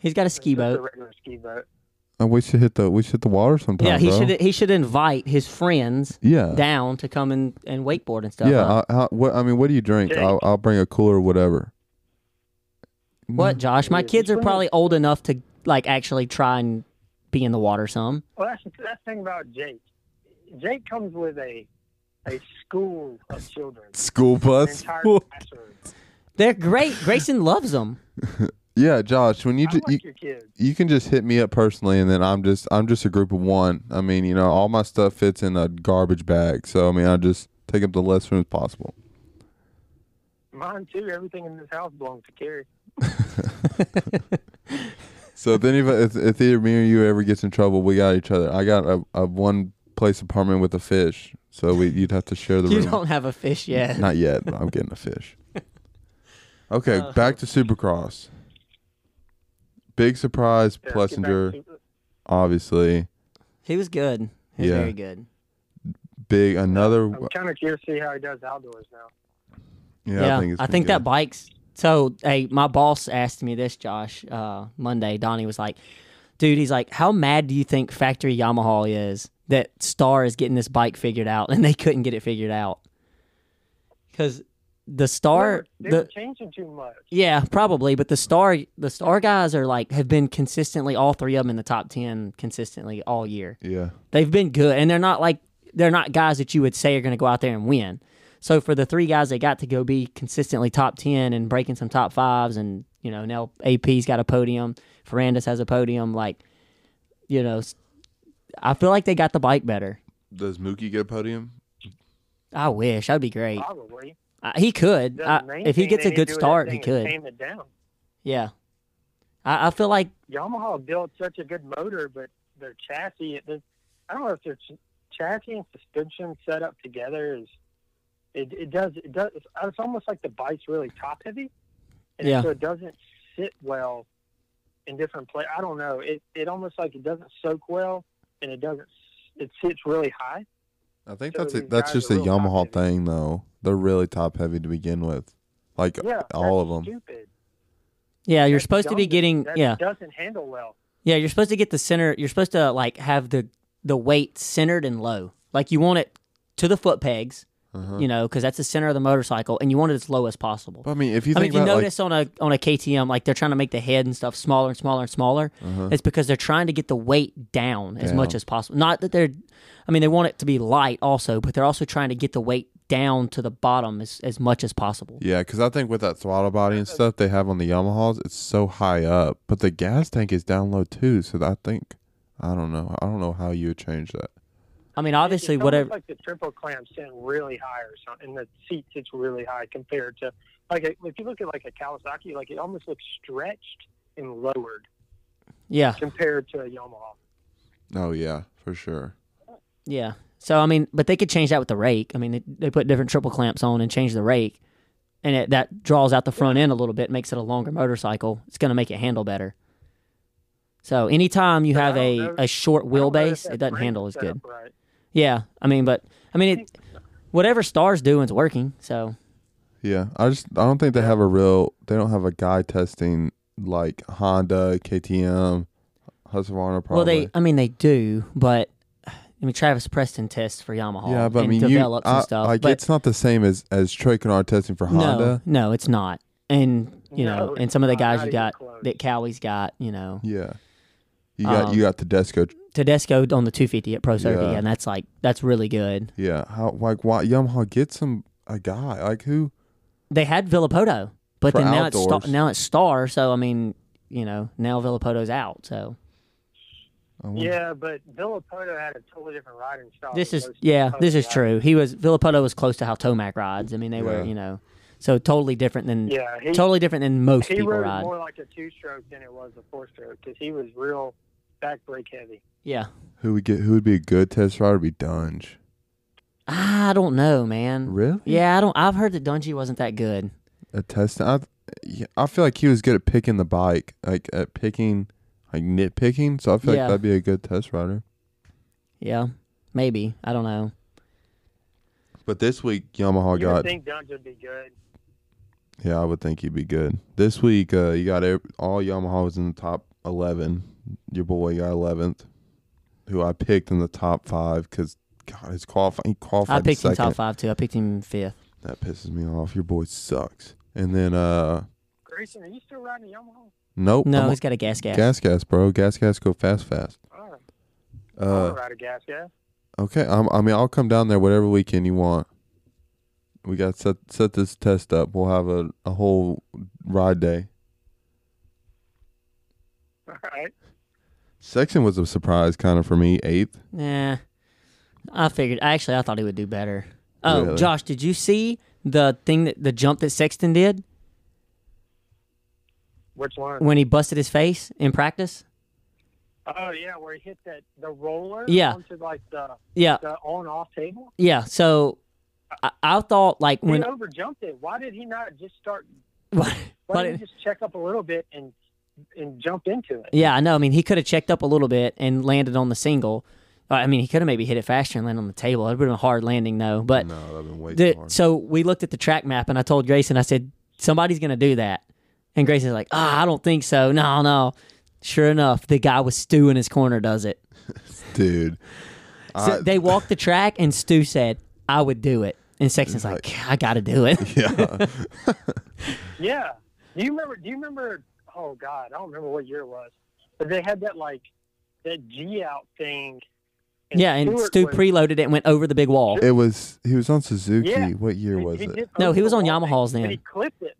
He's got a ski that's a boat. regular ski boat. Oh, we should hit the we should hit the water sometime. Yeah, he bro. should he should invite his friends Yeah. down to come and, and wakeboard and stuff. Uh, yeah. huh? I, I, what I mean, what do you drink? Jake. I'll, I'll bring a cooler, or whatever. What, Mm. Josh? My Yeah, kids you are can- probably old enough to like actually try and be in the water some. Well, that's that's the thing about Jake. Jake comes with a a school of children, School an bus. entire classroom. They're great. Grayson loves them. Yeah, Josh. When you I ju- you, like your kids. you can just hit me up personally and then i'm just i'm just a group of one i mean you know all my stuff fits in a garbage bag so i mean i just take up the less room as possible Mine too. Everything in this house belongs to Carrie. so if any of if, if either me or you ever gets in trouble we got each other i got a, a one place apartment with a fish so we you'd have to share the You room don't have a fish yet. not yet but i'm getting a fish okay Oh. back to supercross big surprise Yeah, get back plessinger to- obviously He was good. He was Yeah. very good. big another I'm kind of curious to see how he does outdoors now. yeah, Yeah, i think, it's gonna that go. bike's. So, hey, my boss asked me this, Josh, uh, Monday. Donnie was like, dude, he's like, how mad do you think factory Yamaha is that Star is getting this bike figured out and they couldn't get it figured out? Because the Star. they the, were changing too much. Yeah, probably. But the star, the star guys are like have been consistently all three of them in the top ten consistently all year. yeah They've been good, and they're not like they're not guys that you would say are going to go out there and win. So for the three guys that got to go be consistently top ten and breaking some top fives, and you know now AP's got a podium, Ferrandis has a podium. Like, you know, s- I feel like they got the bike better. Does Mookie get a podium? I wish that'd be great. Probably. Uh, he could. The I, main if he thing gets they a need good to do with that start, he thing is could. Tame it down. Yeah. I, I feel like Yamaha built such a good motor, but their chassis, it- their- I don't know if their ch- chassis and suspension set up together is, it, it does, it does, it's, it's almost like the bike's really top heavy. And Yeah. so it doesn't sit well in different places. I don't know. It, it almost like it doesn't soak well and it doesn't, s- it sits really high. I think So that's a, these that's guys just are a real top Yamaha heavy. thing though. They're really top heavy to begin with, like Yeah. all of that's them. Stupid. yeah, you're That's supposed to be dumb. getting That yeah. doesn't handle well. Yeah, you're supposed to get the center. You're supposed to like have the the weight centered and low. Like you want it to the foot pegs, Uh-huh. you know, because that's the center of the motorcycle, and you want it as low as possible. But I mean, if you I think mean, if you about notice on a on a KTM, like they're trying to make the head and stuff smaller and smaller and smaller. Uh-huh. It's because they're trying to get the weight down as much as possible. Not that they're, I mean, they want it to be light also, but they're also trying to get the weight down to the bottom as as much as possible. like, yeah, because I think with that throttle body and stuff they have on the Yamahas, it's so high up, but the gas tank is down low too. So I think I don't know. I don't know how you would change that. I mean, It's obviously, almost whatever. Like the triple clamps in really high or something, and the seat sits really high compared to like a, if you look at like a Kawasaki, like it almost looks stretched and lowered yeah, compared to a Yamaha. Oh yeah, for sure. Yeah. So I mean, but they could change that with the rake. I mean, they, they put different triple clamps on and change the rake, and it, that draws out the front end a little bit, makes it a longer motorcycle. It's going to make it handle better. So anytime you have don't a, know- a short I don't know if wheelbase, that it doesn't frame handle as set up good. Right. Yeah, I mean, but I mean, it, whatever Star's doing's working. So Yeah, I just I don't think they have a real. They don't have a guy testing like Honda, KTM, Husqvarna. Probably. well, they I mean they do, but I mean Travis Preston tests for Yamaha. yeah, but I and mean, you, develops I, and stuff. like but it's not the same as as Trey Canard testing for Honda. No, no, it's not. And you No, know, and it's some of the not. guys Not you even got close. that Cowie's got, you know, Yeah, you got Um, you got Tedesco. Tedesco on the 250 at Pro Circuit, Yeah. and that's like that's really good. Yeah, how like why Yamaha get some a guy like who? They had Villapoto, but For then now it's star, outdoors. now it's Star. So I mean, you know, now Villapoto's out. So I wonder- Yeah, but Villapoto had a totally different riding style. Mm. this than is Oh, most yeah, Yamaha this is guys. true. He was Villapoto was close to how Tomac rides. I mean, they Yeah. were you know, so totally different than Yeah, he, totally different than most he people rode ride. more like a two-stroke than it was a four-stroke because he was real back brake heavy. Yeah, Who would get? Who would be a good test rider? Would be Dunge. I don't know, man. Really? Yeah, I don't. I've heard that Dungy wasn't that good. A test. I yeah, I feel like he was good at picking the bike, like at picking, like nitpicking. So I feel Yeah. like that'd be a good test rider. Yeah, maybe I don't know. But this week Yamaha you would got. think Dunge would be good. yeah, I would think he'd be good. This week uh, you got ev- all Yamaha was in the top eleven. Your boy got eleventh, who I picked in the top five because God, his qualifying he qualified I picked him second. top five too. I picked him fifth. That pisses me off. Your boy sucks. And then uh Grayson, are you still riding a Yamaha? nope. No, I'm he's got a gas gas. gas gas, bro. Gas gas go fast fast. All right. I'll Uh ride a gas gas. okay. I'm, I mean I'll come down there whatever weekend you want. We got set set this test up. We'll have a, a whole ride day. All right. Sexton was a surprise kind of for me, eighth. Nah, I figured. Actually, I thought he would do better. Oh, Really? Josh, did you see the thing that the jump that Sexton did Which one? when he busted his face in practice? Oh yeah, where he hit that the roller. Yeah. Onto like the, Yeah, the on off table. yeah. So I, I thought like He when, overjumped it. Why did he not just start? but, Why didn't it- he just check up a little bit and and jump into it? yeah, I know. I mean, he could have checked up a little bit and landed on the single. Uh, I mean, he could have maybe hit it faster and landed on the table. It would have been a hard landing though. But No, that'd been way The- too hard. so we looked at the track map, and I told Grayson, I said, somebody's going to do that. And Grayson's like, ah, I don't think so. No, no. Sure enough, the guy with Stu in his corner does it. Dude. So I- they walked the track, and Stu said, I would do it. And Sexton's like, I got to do it. Yeah. Yeah. Do you remember? Do you remember? Oh God, I don't remember what year it was, but they had that like that G out thing. yeah, and Stewart Stu was- preloaded it and went over the big wall. it was he was on Suzuki. Yeah. What year he- was he it? did No, he over was the on wall thing, Yamaha's but then. He clipped it.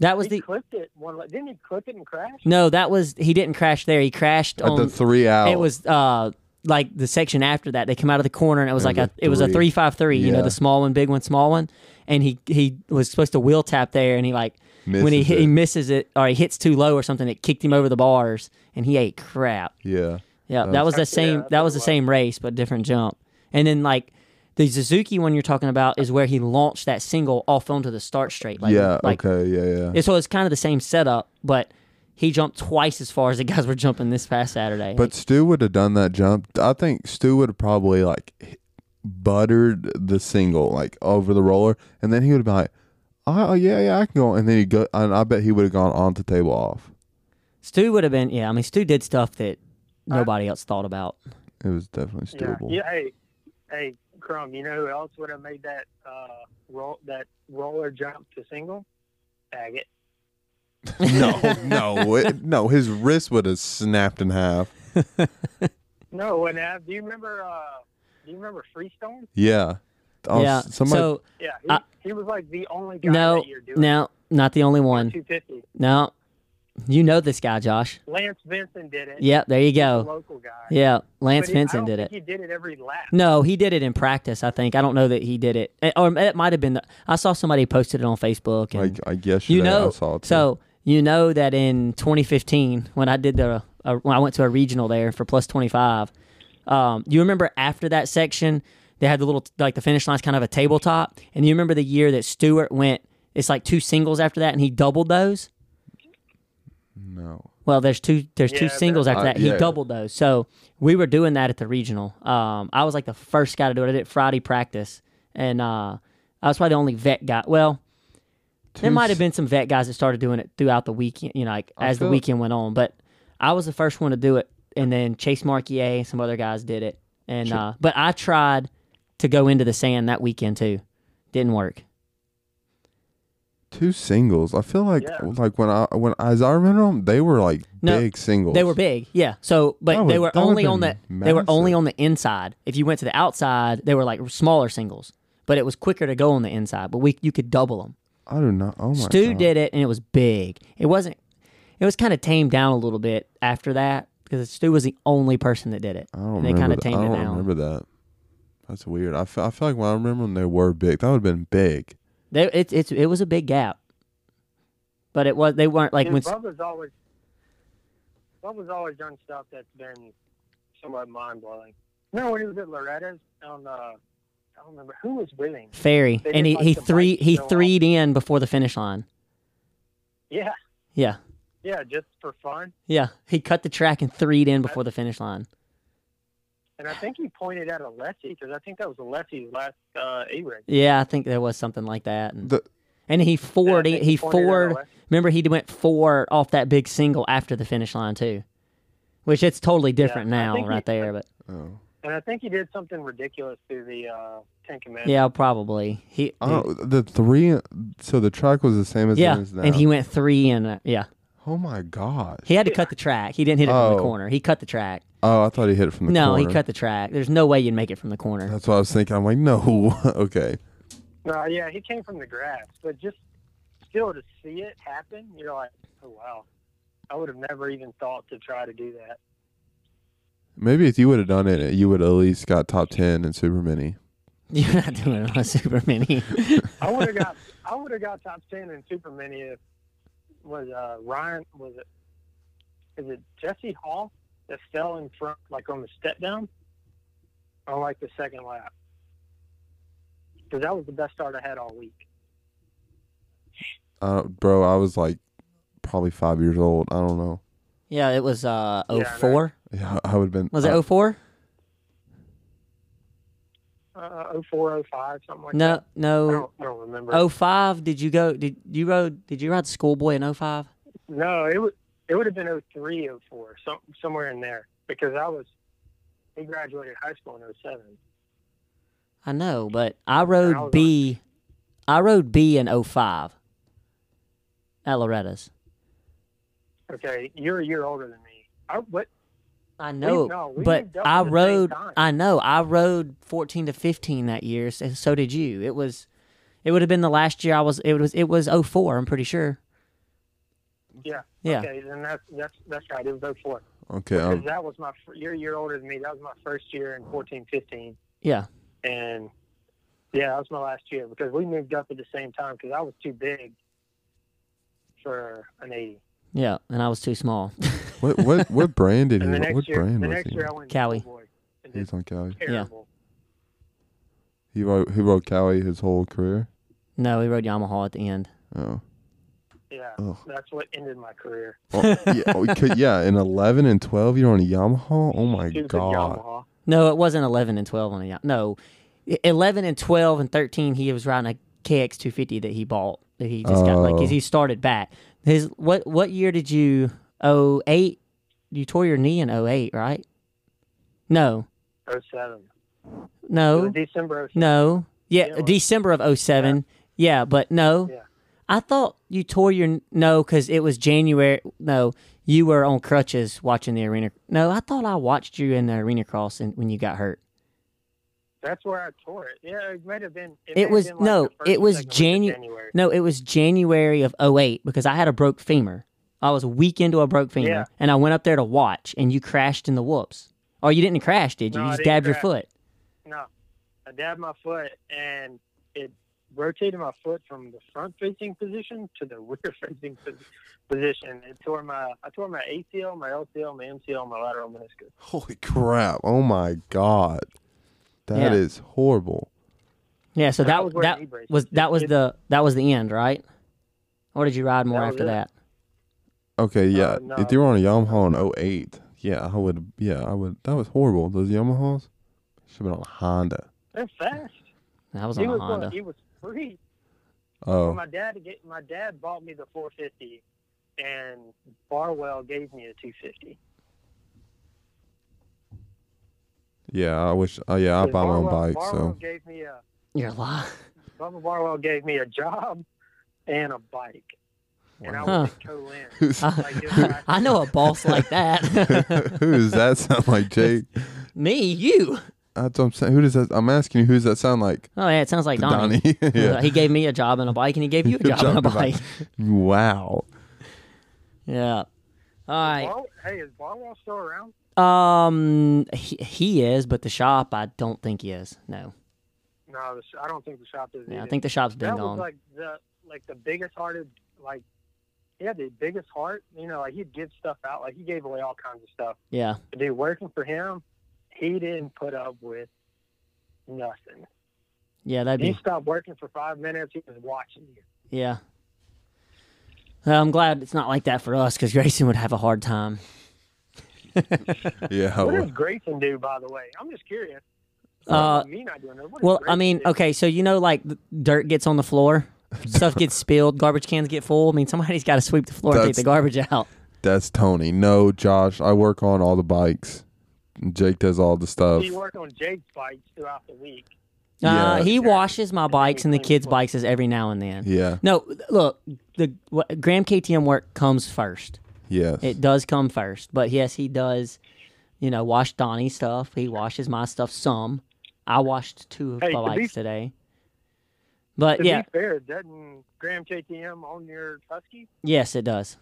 That was he the. clipped it one. le- Didn't he clip it and crash? No, that was. He didn't crash there. He crashed At on. the three out. It was uh, like the section after that, they come out of the corner and it was like was a, a it was a three. three five three. You know, Yeah. the small one, big one, small one. And he he was supposed to wheel tap there, and he like when he Misses hit- he it. misses it or he hits too low or something, it kicked him over the bars, and he ate crap. Yeah. Yeah, Oh. that was the same. I that was thought the it same race, but different jump. And then like the Suzuki one you're talking about is where he launched that single off onto the start straight. Like, yeah. like, okay. Yeah. Yeah. and so it's kind of the same setup, but he jumped twice as far as the guys were jumping this past Saturday. But Stu would have done that jump. I think Stu would have probably like h- buttered the single like over the roller, and then he would have been like, "Oh yeah, yeah, I can go." And then he go, and I bet he would have gone on to table off. Stu would have been, yeah. I mean, Stu did stuff that nobody else thought about. It was definitely Yeah. stewable. yeah. Hey, hey, Crumb. You know who else would have made that uh, roll that roller jump to single? Baggett. no, no, it, no. His wrist would have snapped in half. No, and uh, do you remember? Uh, do you remember Freestone? Yeah. Oh, yeah. s- Somebody, so Yeah, he, I- he was like the only guy Uh, no, that year doing no, not the only one. two fifty. No, you know this guy, Josh. Lance Benson did it. Yeah, there you the go. local guy. Yeah, Lance But he- I Benson don't did it. think He did it every lap. No, he did it in practice. I think I don't know that he did it, Eh, or it might have been. The, I saw somebody posted it on Facebook, and like, I guess you know, I saw it too. so you know that in 2015 when I did the uh, when I went to a regional there for plus 25, um, you remember after that section they had the little like the finish line's kind of a tabletop, and you remember the year that Stewart went. It's like two singles after that, and he doubled those. no. Well, there's two there's Yeah, two there- singles after Uh, that. yeah. He doubled those. So we were doing that at the regional. Um, I was like the first guy to do it. I did it Friday practice, and uh, I was probably the only vet guy. Well, there Two might have s- been some vet guys that started doing it throughout the weekend. You know, like I as the feel- weekend went on. But I was the first one to do it, and then Chase Marquier and some other guys did it. And uh, but I tried to go into the sand that weekend too. Didn't work. Two singles. I feel like Yeah. like when I when as I remember them, they were like No, big singles. They were big, yeah. So, but That they would- were that would've only on the been they were only massive. on the inside. If you went to the outside, they were like smaller singles, but it was quicker to go on the inside. But we you could double them. I do not. Oh my Stu god. did it, and it was big. It wasn't. It was kind of tamed down a little bit after that because Stu was the only person that did it. I don't and they remember. kind of that. tamed I it don't down. remember that. That's weird. I feel, I feel like when I remember them, they were big. That would have been big. They, it, it, it was a big gap, but it was they weren't like Dude, when Bubba's always Bubba's always done stuff that's been somewhat mind blowing. Remember when he was at Loretta's on the I don't remember who was winning. Ferry They and did, he like, he the bike three he go off. threed in before the finish line. Yeah, Yeah, yeah, just for fun. yeah. He cut the track and threed in before the finish line. And I think he pointed at Alessi because I think that was Alessi's last uh, A ring. Yeah, I think there was something like that. And, The- and he forward, Yeah, he, I think he he pointed it forward. away. Remember, he went four off that big single after the finish line too, which it's totally different I now, think he- right there. But Oh. And I think he did something ridiculous through the uh, Ten Commandments. yeah, probably he. I don't, the three. So the track was the same as yeah, it is now. and he went three and uh, yeah, Oh my gosh. he had to cut the track. He didn't hit it from the Oh. corner. He cut the track. Oh, I thought he hit it from the no, corner. he cut the track. There's no way you'd make it from the corner. That's what I was thinking. I'm like, no. okay. No, yeah, he came from the grass, but just still to see it happen, you're like, oh wow, I would have never even thought to try to do that. Maybe if you would have done it, you would at least got top ten in super mini. You're not doing it on a super mini. I would have got, I would have got top ten in super mini if was uh, Ryan was it is it Jesse Hall that fell in front like on the step down on like the second lap because that was the best start I had all week. Uh, bro, I was like probably five years old. I don't know. yeah, it was uh Yeah, oh that- four. Yeah, I would have been. Was it I- oh four? Uh, 04, 05, something like No, that. I no. don't, I don't remember. Oh five. Did you go? Did you rode? Did you ride schoolboy in oh five? No, it would it would have been 03, 04, some, somewhere in there because I was he graduated high school in 07. I know, but I I was rode on- B. I rode B in 05 at Loretta's. Okay, you're a year older than me. I what I know, no, we but moved up I at the same rode. time. I know, I rode 14 to 15 that year, s- and so did you. It was, it would have been the last year I was. It was. It was 04. I'm pretty sure. yeah. Yeah. Oh. Okay, then that's that's that's right. It was 04. Okay. um, Because I'll, that was my, fir- you're a year older than me. That was my first year in 14, 15. Yeah. And yeah, that was my last year because we moved up at the same time because I was too big for an 80. Yeah. And I was too small. what what what brand did he? And the What, next what year, brand the was next he? year I went Cali. to Cowboy. And did He's on Cali. terrible. He wrote he wrote Cali his whole career. no, he rode Yamaha at the end. Oh. Yeah. Ugh. That's what ended my career. Well, yeah, oh, you could- yeah, in 11 and 12, you're on a Yamaha? Oh my Stupid God. Yamaha. No, it wasn't 11 and 12 on a yacht. No, E- 11 and 12 and 13, he was riding a KX 250 that he bought. That he just got like 'cause Oh. he started back. His what what year did you 08? You tore your knee in 08, right? No. 07. It was No. December 07. No. Yeah, Yeah, it was. December of 07. Yeah, but no. Yeah. I thought you tore your no cuz it was January. No, you were on crutches watching the arena. No, I thought I watched you in the arena cross and when you got hurt. That's where I tore it. Yeah, it might have been. It, It may have was been, like, no, the first it or was second week of Janu- January. No, it was January of 08 because I had a broke femur. I was a week into a broke femur Yeah. and I went up there to watch and you crashed in the whoops. Or you didn't crash, did you? No, you I just didn't dabbed crash. your foot. No, I dabbed my foot and it rotated my foot from the front facing position to the rear facing pos- position. It tore my I tore my ACL, my LCL, my MCL, my lateral meniscus. Holy crap. Oh my God. that is Yeah. horrible. Yeah, so And I that was was wearing knee that braces. was that was It- the that was the end, right? Or did you ride more That was after it. that? Okay, yeah. Uh, no. If you were on a Yamaha in 08, yeah, I would. Yeah, I would. That was horrible. Those Yamahas should have been on a Honda. They're fast. I was He on a was Honda. he was free. Oh. My dad get, my dad bought me the 450, and Barwell gave me a 250. Yeah, I wish. Oh, yeah, I buy my own Barwell- bike. Barwell So gave me a You're lying. Bubba Barwell gave me a job and a bike, and I Wow. was in Colin. Who's- Like, it was like- I know a boss like that. who does that sound like, Jake? Me, you. That's what I'm saying. Who does that? I'm asking you. Who does that sound like? Oh yeah, it sounds like Donnie. Donnie. yeah. He gave me a job and a bike, and he gave you a Good job, and a job, Donnie. bike. Wow. Yeah. All Bar- hey, is Barwell still around? right. Um, he, he is, but the shop I don't think he is. No. No, the sh- I don't think the shop is. Yeah, I either. think the shop's been that gone. was like the like the biggest hearted like he had the biggest heart. You know, like he'd give stuff out. Like he gave away all kinds of stuff. yeah. But dude, working for him, he didn't put up with nothing. Yeah, that'd He be. stopped working for five minutes. He was watching you. Yeah. Well, I'm glad it's not like that for us because Grayson would have a hard time. Yeah. What well, does Grayson do, by the way? I'm just curious. Uh, me not doing it. What does well, I Grayson mean, do? okay, so you know, like th- dirt gets on the floor, stuff gets spilled, garbage cans get full. I mean, somebody's got to sweep the floor and take That's- the garbage out. That's Tony. No, Josh. I work on all the bikes. Jake does all the stuff. So you work on Jake's bikes throughout the week. Yeah. Uh, he washes my bikes and the clean the kids' floor. bikes every now and then. Yeah. No, th- look, the what, Graham KTM work comes first. Yes. It does come first, but yes, he does. You know, wash Donnie's stuff. He washes my stuff some. I washed two of Hey, my to be- bikes today. But To yeah, be fair, doesn't Graham KTM own your Husky? yes, it does.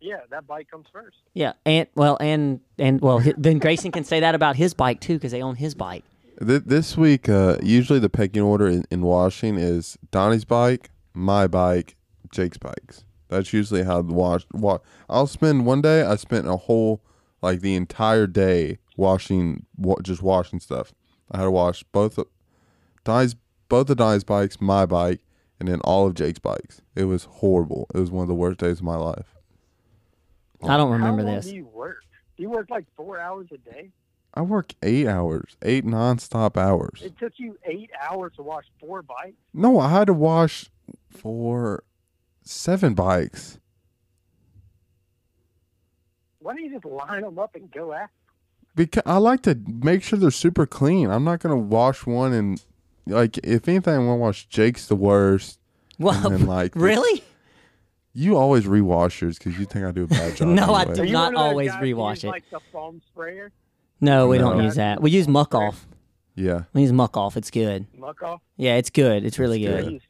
Yeah, that bike comes first. Yeah, and well, and and well, hi- then Grayson can say that about his bike too because they own his bike. Th- this week, uh, usually the pecking order in, in washing is Donnie's bike, my bike, Jake's bikes. That's usually how the wash. Wa- I'll spend one day. I spent a whole, like the entire day washing, wa- just washing stuff. I had to wash both of Donnie's, both of Donnie's bikes, my bike, and then all of Jake's bikes. It was horrible. It was one of the worst days of my life. I don't remember How long this. do you work? You work like four hours a day. I work eight hours, eight nonstop hours. It took you eight hours to wash four bikes. No, I had to wash for seven bikes. Why don't you just line them up and go after? Because I like to make sure they're super clean. I'm not gonna wash one and like if anything, I'm gonna wash Jake's the worst. Well, then, like, the- really? You always rewash yours because you think I do a bad job. No, I anyway. do. Are you Not one of those always guys who use, rewash it. Like the foam sprayer, No, we don't No. use that. We use muck off. Yeah, We use muck off. It's good. muck off. Yeah, it's good. It's really It's good. good. I use-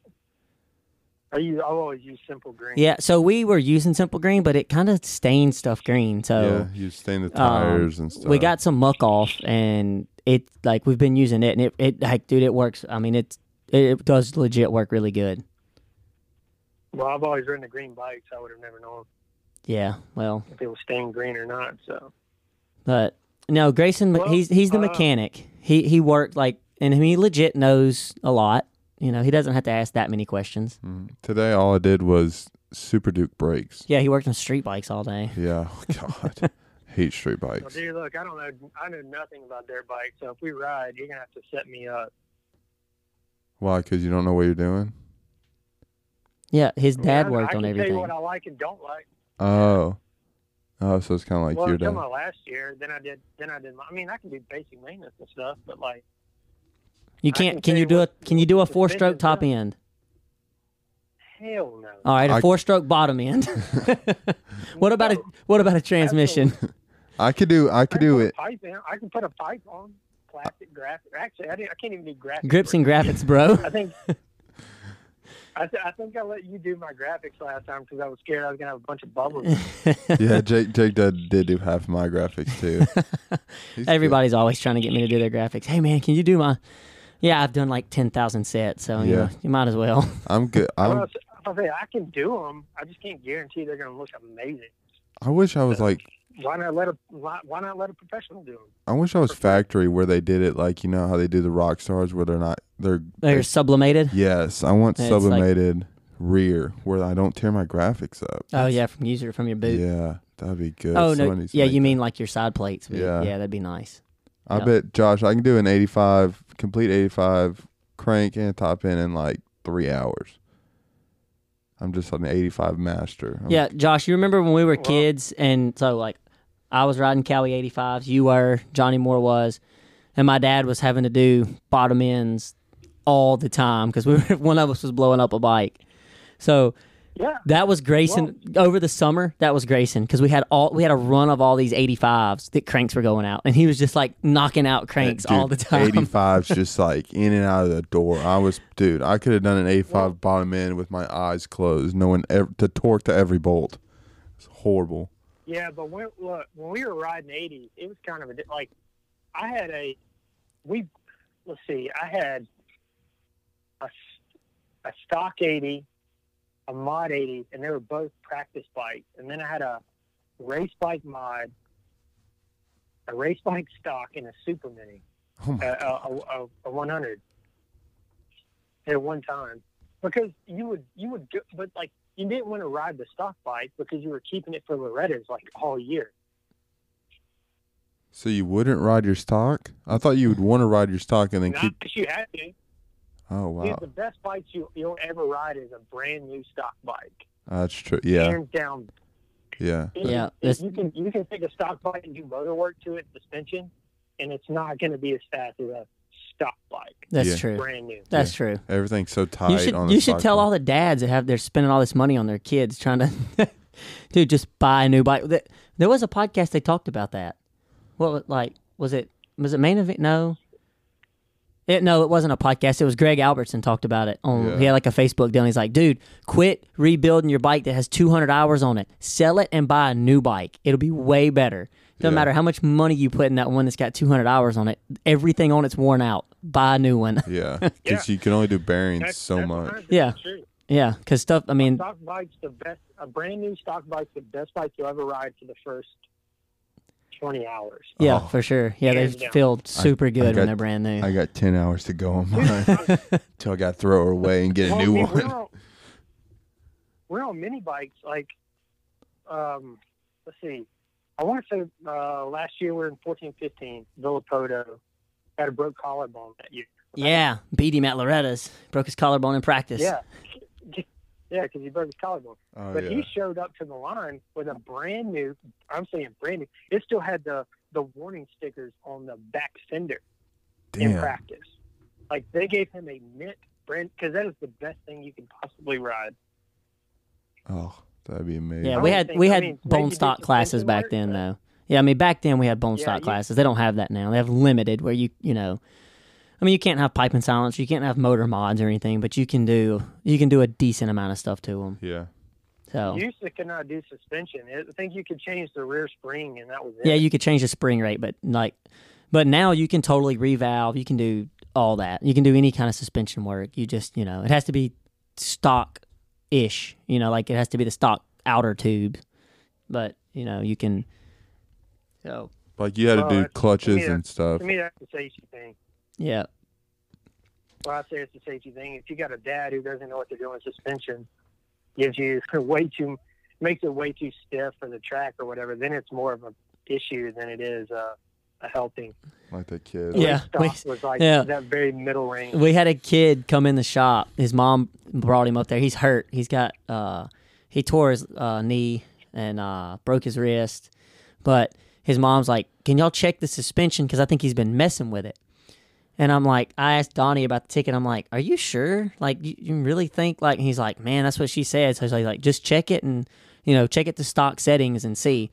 I use, I've always used simple green. Yeah, so we were using simple green, but it kind of stained stuff green. So yeah, you stain the Oh. um, tires and stuff. we got some muck off, and it like we've been using it, and it, it like dude, it works. I mean, it's it, it does legit work really good. Well, I've always ridden a green bike, so I would have never known Yeah, well, if it was stained green or not. So but no, Grayson, Well, he's he's the uh, mechanic. He he worked like, and he legit knows a lot. You know, he doesn't have to ask that many questions. Mhm. Today, all I did was Super Duke brakes. Yeah, he worked on street bikes all day. Yeah, oh, God, hate street Well, bikes. dude, look, I don't know. I know nothing about their bike, so if we ride, you're gonna have to set me up. Why? Because you don't know what you're doing. Yeah, his I mean, dad I- I worked on can Tell you everything. what I like and don't like. Oh, oh, so it's kind of like well, your until dad. my last year, then I did. Then I did. My, I mean, I can do basic maintenance and stuff, but like, You I can't. can Can tell you you do a what- Can you do a what the four stroke difference top is. end? hell no. All right, a I- four stroke bottom end. what about a What about a transmission? I could do. I I could can do put a it. Pipe in. I can put a pipe on plastic graphic. Actually, I, didn't, I can't even do graphic. Grips work. and graphics, bro. I think. I, th- I think I let you do my graphics last time because I was scared I was gonna have a bunch of bubbles. Yeah, Jake. Jake did, did do half my graphics too. He's good. Everybody's always trying to get me to do their graphics. Hey man, can you do my? Yeah, I've done like ten thousand sets, so you, Yeah. know, you might as well. I'm good. Well, I'm, if- if I say I can do them, I just can't guarantee they're gonna look amazing. I wish I was like. Why not let a why, why not let a professional do them? I wish I was factory where they did it like you know how they do the rock stars where they're not they're They're sublimated. yes I want It's like- sublimated rear where I don't tear my graphics up. Oh yeah, from user from your boot. Yeah, that'd be good. oh Someone no, needs to yeah, make you that. mean like your side plates? would- Yeah. yeah, that'd be nice. I yeah. bet Josh I can do an 85 complete 85 crank and top end in like three hours. I'm just an 85 master. I'm- Yeah, Josh, you remember when we were Well- kids, and so like I was riding Cowie 85s, you were, Johnny Moore was, and my dad was having to do bottom ends all the time because we were, one of us was blowing up a bike. So Yeah, that was Grayson over the summer. That was Grayson because we had all we had a run of all these 85s that cranks were going out, and he was just like knocking out cranks all the Dude, time. 85's just like in and out of the door. I was, dude, I could have done an 85 bottom end with my eyes closed, knowing ev- to torque to every bolt. It's horrible. yeah, but when look when we were riding eighties, it was kind of a di- like I had a we let's see, I had a, s- a stock eighty, a mod eighty, and they were both practice bikes, and then I had a race bike mod, a race bike stock, and a super mini. Uh, Oh my, a, a, a, a 100 at one time because you would you would go, but like you didn't want to ride the stock bike because you were keeping it for Loretta's like all year. so you wouldn't ride your stock? I thought you would want to ride your stock and then Not keep. that you had to. Oh Dude, wow, the best bikes you you'll ever ride is a brand new stock bike, that's true. Yeah, hands down. yeah. If- Yeah, if this- you can you can take a stock bike and do motor work to it, suspension, and it's not going to be as fast as a stock bike, That's Yeah. true. brand new. That's true. Everything's so tight. You should on the you should stock tell one. all the dads that have they're spending all this money on their kids trying to, dude, just buy a new bike. Th- There was a podcast they talked about that. What was- like was it? Was it main event? No. It, no, it wasn't a podcast. It was Greg Albertson talked about it on. Yeah. He had like a Facebook deal. And he's like, dude, quit rebuilding your bike that has 200 hours on it. Sell it and buy a new bike. It'll be way better. Doesn't Yeah. matter how much money you put in that one that's got 200 hours on it. Everything on it's worn out. Buy a new one. Yeah, because you can only do bearings That's, so that's much. 100% Yeah. true. yeah, because stuff. I mean, stock bike's the best. A brand new stock bike's the best bike you'll ever ride for the first twenty hours. Yeah, Oh. for sure. Yeah, they Hands down. feel super good got- when they're brand new. I got ten hours to go on mine till I got to throw her away and get a Well, I new mean, We're one. on, we're on mini bikes. Like, um, let's see. I want to say uh, last year we were in fourteen fifteen. Villapoto had a broke collarbone that year. yeah, beat him at Loretta's. Broke his collarbone in practice. Yeah. Yeah, because he broke his collarbone. Oh but yeah, he showed up to the line with a brand new. I'm saying brand new. It still had the the warning stickers on the back fender. in damn. practice. Like they gave him a mint brand because that is the best thing you can possibly ride. Oh, that'd be amazing. Yeah, I we don't had think- we I had mean, bone maybe stock do some classes fencing back work, then but- though. Yeah, I mean back then we had bone Yeah, stock you- classes. They don't have that now. They have limited where you you know. I I mean, you can't have pipe and silence. You can't have motor mods or anything, but you can do you can do a decent amount of stuff to them. Yeah. So You used to cannot do suspension. I think you could change the rear spring, and that was it. yeah, you could change the spring rate, but like, but now you can totally revalve. You can do all that. You can do any kind of suspension work. You just you know it has to be stock ish. You know, like it has to be the stock outer tube, but you know you can. So Like you had to Oh, do that's- clutches yeah. and stuff. to me, that's a safety thing. yeah, Well, I say it's a safety thing. If you got a dad who doesn't know what to do in suspension, gives you way too, makes it way too stiff for the track or whatever, then it's more of an issue than it is uh, a helping. Like that kid. Yeah, Stock we- was like yeah. that very middle range. we had a kid come in the shop. His mom brought him up there. He's hurt. He's got uh he tore his uh, knee and uh broke his wrist. But his mom's like, "Can y'all check the suspension cuz I think he's been messing with it." And I'm like, I asked Donnie about the ticket. I'm like, "Are you sure? Like you, you really think like?" And he's like, "Man, that's what she said." So he's like, "Just check it and you know, check it to stock settings and see."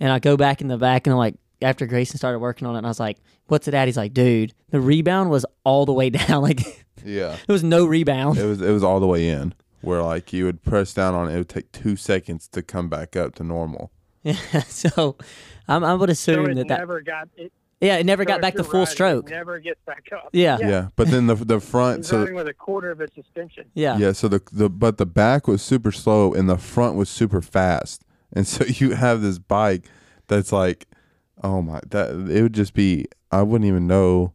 And I go back in the back and I'm like, after Grayson started working on it, and I was like, what's it at? He's like, dude, the rebound was all the way down. Like, there Yeah. was no rebound. It was it was all the way in. Where like you would press down on it, it would take two seconds to come back up to normal. so I'm, I would so assume it that, that, never got it. yeah, it never so got if back to you're full riding, it stroke. Never gets back up. Yeah. Yeah. But then the the front He's so riding with a quarter of a suspension. Yeah. Yeah, so the, the but the back was super slow and the front was super fast. And so you have this bike that's like oh my that it would just be I wouldn't even know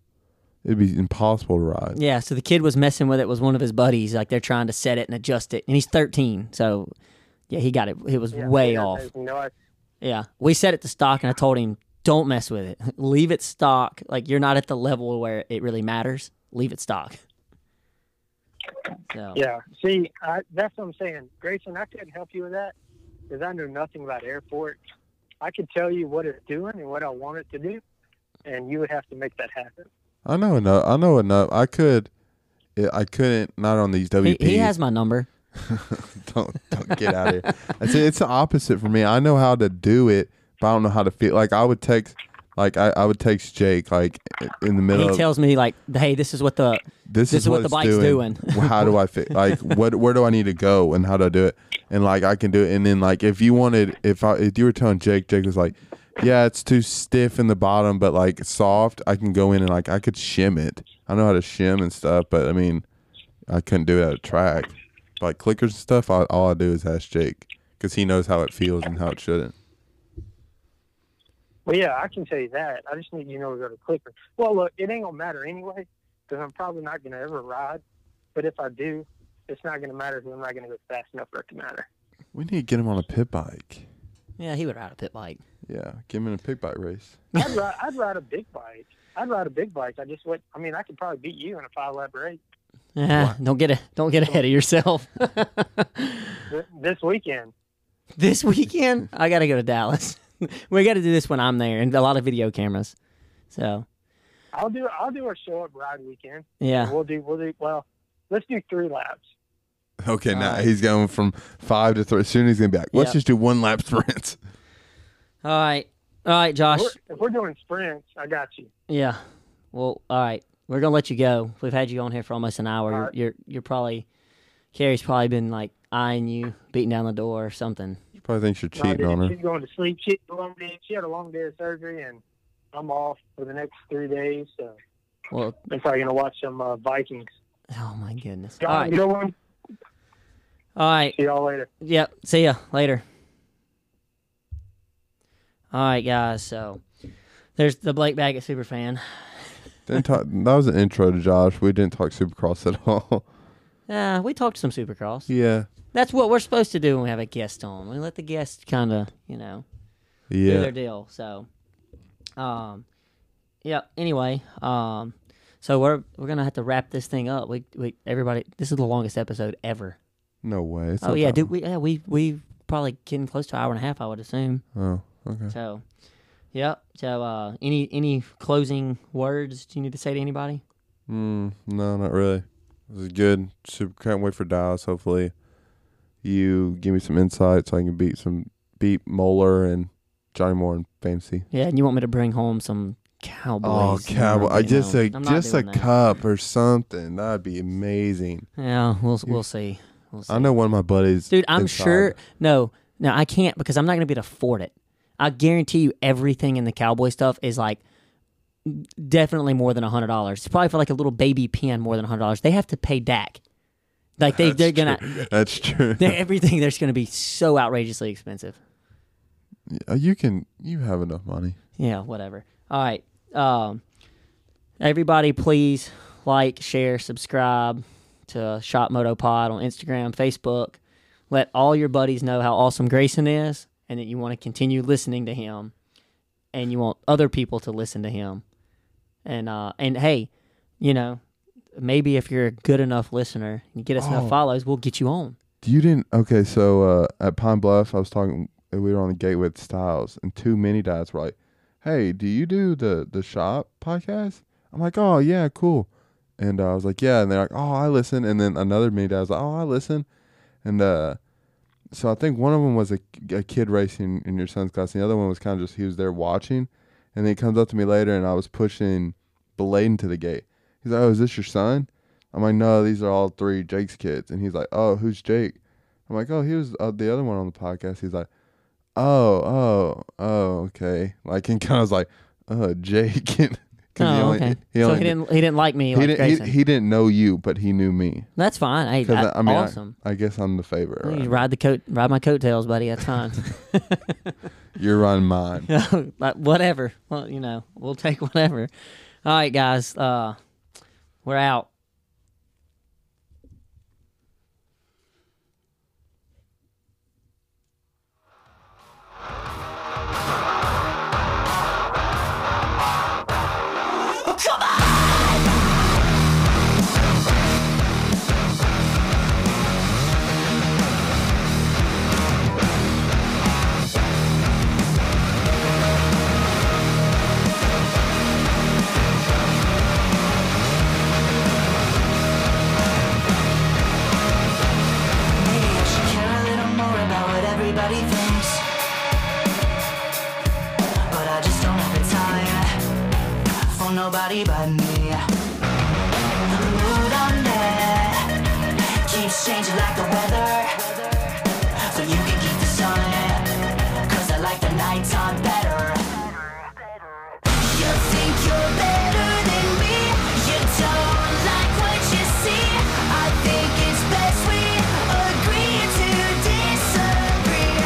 it'd be impossible to ride. Yeah, so the kid was messing with it. Was one of his buddies like they're trying to set it and adjust it, and he's 13, so yeah, he got it. It was Yeah, way yeah, off. there's No, Yeah, we set it to stock, and I told him, "Don't mess with it. Leave it stock. Like you're not at the level where it really matters. Leave it stock." So, Yeah. See, I, that's what I'm saying, Grayson. I couldn't help you with that because I know nothing about airport. I could tell you what it's doing and what I want it to do, and you would have to make that happen. I know enough. I know enough. I could. I- I couldn't. Not on these he, WPs. he has my number. don't don't get out of here. It's, it's the opposite for me. I know how to do it, but I don't know how to feel. Like I would text. Like I, I would text Jake. Like in the middle. He of, tells me like, "Hey, this is what the uh, this, this is what, the it's bike's doing. how do I fit? Like what? Where do I need to go and how do I do it? And like I can do it. And then like if you wanted, if I if you were telling Jake, Jake was like, yeah, it's too stiff in the bottom, but like soft. I can go in and like I could shim it. I know how to shim and stuff, but I mean, I couldn't do it at a track. Like clickers and stuff, I, all I do is ask Jake because he knows how it feels and how it shouldn't. Well, yeah, I can tell you that. I just need you to know to go to Clipper. Well, look, it ain't gonna matter anyway because I'm probably not gonna ever ride. But if I do, it's not gonna matter because I'm not gonna go fast enough for it to matter. We need to get him on a pit bike. yeah." He would ride a pit bike. Yeah, get him in a pit bike race. I'd ride, I'd ride a big bike. I'd ride a big bike. I just would. I mean, I could probably beat you in a five lap race. Yeah, Uh-huh. don't get a, don't get ahead of yourself. Th- This weekend, this weekend, I got to go to Dallas. we got to do this when I'm there, and a lot of video cameras. So I'll do I'll do a show up ride weekend. yeah, We'll do we'll do well. Let's do three laps. Okay, now Alright. he's going from five to three. Soon he's gonna be like, let's Yeah. just do one lap sprints. all right, all right, If Josh. we're, if we're doing sprints, I got you. Yeah. Well, all right. We're gonna let you go. We've had you on here for almost an hour. All You're, right. you're you're probably Carrie's probably been like eyeing you, beating down the door or something. She probably thinks you're No, I cheating didn't. on her. She's going to sleep. She had a long day. She had a long day of surgery, and I'm off for the next three days. So Well, I'm probably gonna watch some uh, Vikings. oh my goodness. All All right. right. one. All right. See y'all later. Yep. See ya later. All right, guys. So there's the Blake Baggett superfan. Didn't talk, that was an intro to Josh. We didn't talk Supercross at all. Yeah, Uh, we talked some Supercross. yeah, That's what we're supposed to do when we have a guest on. We let the guest kind of, you know, do yeah. their deal. So, um, yeah. Anyway, um, so we're we're gonna have to wrap this thing up. We we everybody, this is the longest episode ever. No way. It's oh not yeah, that dude. We yeah, we we probably getting close to an hour and a half. I would assume. long. Oh, okay. So, yep. So, uh, any any closing words you need to say to anybody? Mm, no, not really. This is good. Super, can't wait for Dallas. Hopefully, you give me some insight so I can beat some beat Moeller and Johnny Moore and Fancy. Yeah, and you want me to bring home some Oh, Cowboys. in the cowboy! I rugby. just No, a I'm not just a doing that. cup or something. That'd be amazing. Yeah, we'll we'll see. We'll see. I know one of my buddies. Dude, I'm inside. sure. No, no, I can't because I'm not going to be able to afford it. I guarantee you, everything in the cowboy stuff is like definitely more than hundred dollars. It's probably for like a little baby pen more than hundred dollars. They have to pay Dak. Like they they're gonna That's true. they're, everything. There's gonna be so outrageously expensive. Yeah, Oh, you can. You have enough money. Yeah, whatever. All right. Um, everybody, please like, share, subscribe to Shop Moto Pod on Instagram, Facebook. Let all your buddies know how awesome Grayson is and that you want to continue listening to him and you want other people to listen to him. And uh, and hey, you know, maybe if you're a good enough listener and you get us Oh. enough follows, we'll get you on. You didn't. Okay, so uh, at Pine Bluff, I was talking. uh, We were on the gate with Styles, and two mini dads were like, "Hey, do you do the the shop podcast?" I'm like, "Oh yeah, cool." And uh, I was like, "Yeah," and they're like, "Oh, I listen." And then another mini dad was like, "Oh, I listen." And uh, so I think one of them was a, a kid racing in your son's class, and the other one was kind of just he was there watching. And then he comes up to me later, and I was pushing Bladen to the gate. He's like, "Oh, is this your son?" I'm like, no, these are all three Jake's kids. And he's like, oh, who's Jake? I'm like, oh, he was uh, the other one on the podcast. He's like, oh, oh, oh, okay. Like, and kind of was like, oh, Jake. 'Cause he Oh, only- okay. He, so only, he didn't he didn't like me he like didn't- he- Grayson. he didn't know you, but he knew me. That's fine. Hey, Because that- I, I mean, I- awesome. I, guess I'm the favorite. You Right? ride the coat, ride my coattails, buddy. That's fine. You're running mine. like, whatever. Well, you know, we'll take whatever. All right, guys. Uh, we're out. Maybe I should care a little more about what everybody thinks. But I just don't have the time for nobody but me. The mood I'm in keeps changing like the weather. So you can keep the sun, cause I like the nighttime better. You think you're better than me. You don't like what you see. I think it's best we agree to disagree.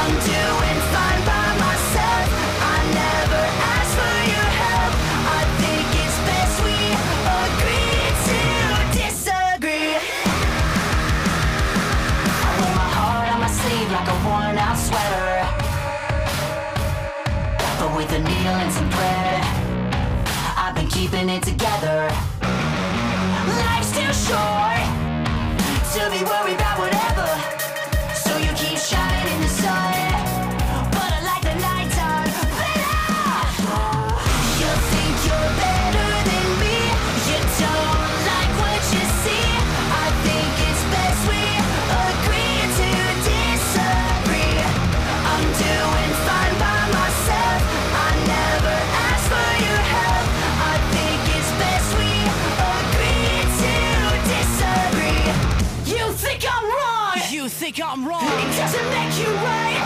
I'm doing fine by myself. I never ask for your help. I think it's best we agree to disagree. I wear my heart on my sleeve like a worn-out sweater but with a needle and some thread, I've been keeping it together. Life's too short to be worried about whatever. So you keep shining in the sun, but I like the nighttime better. You think you're better than me? You don't like what you see. I think it's best we agree to disagree. I'm doing fine by myself. I never ask for your help. I think it's best we agree to disagree. You think I'm wrong? You think I'm wrong? It doesn't make you right.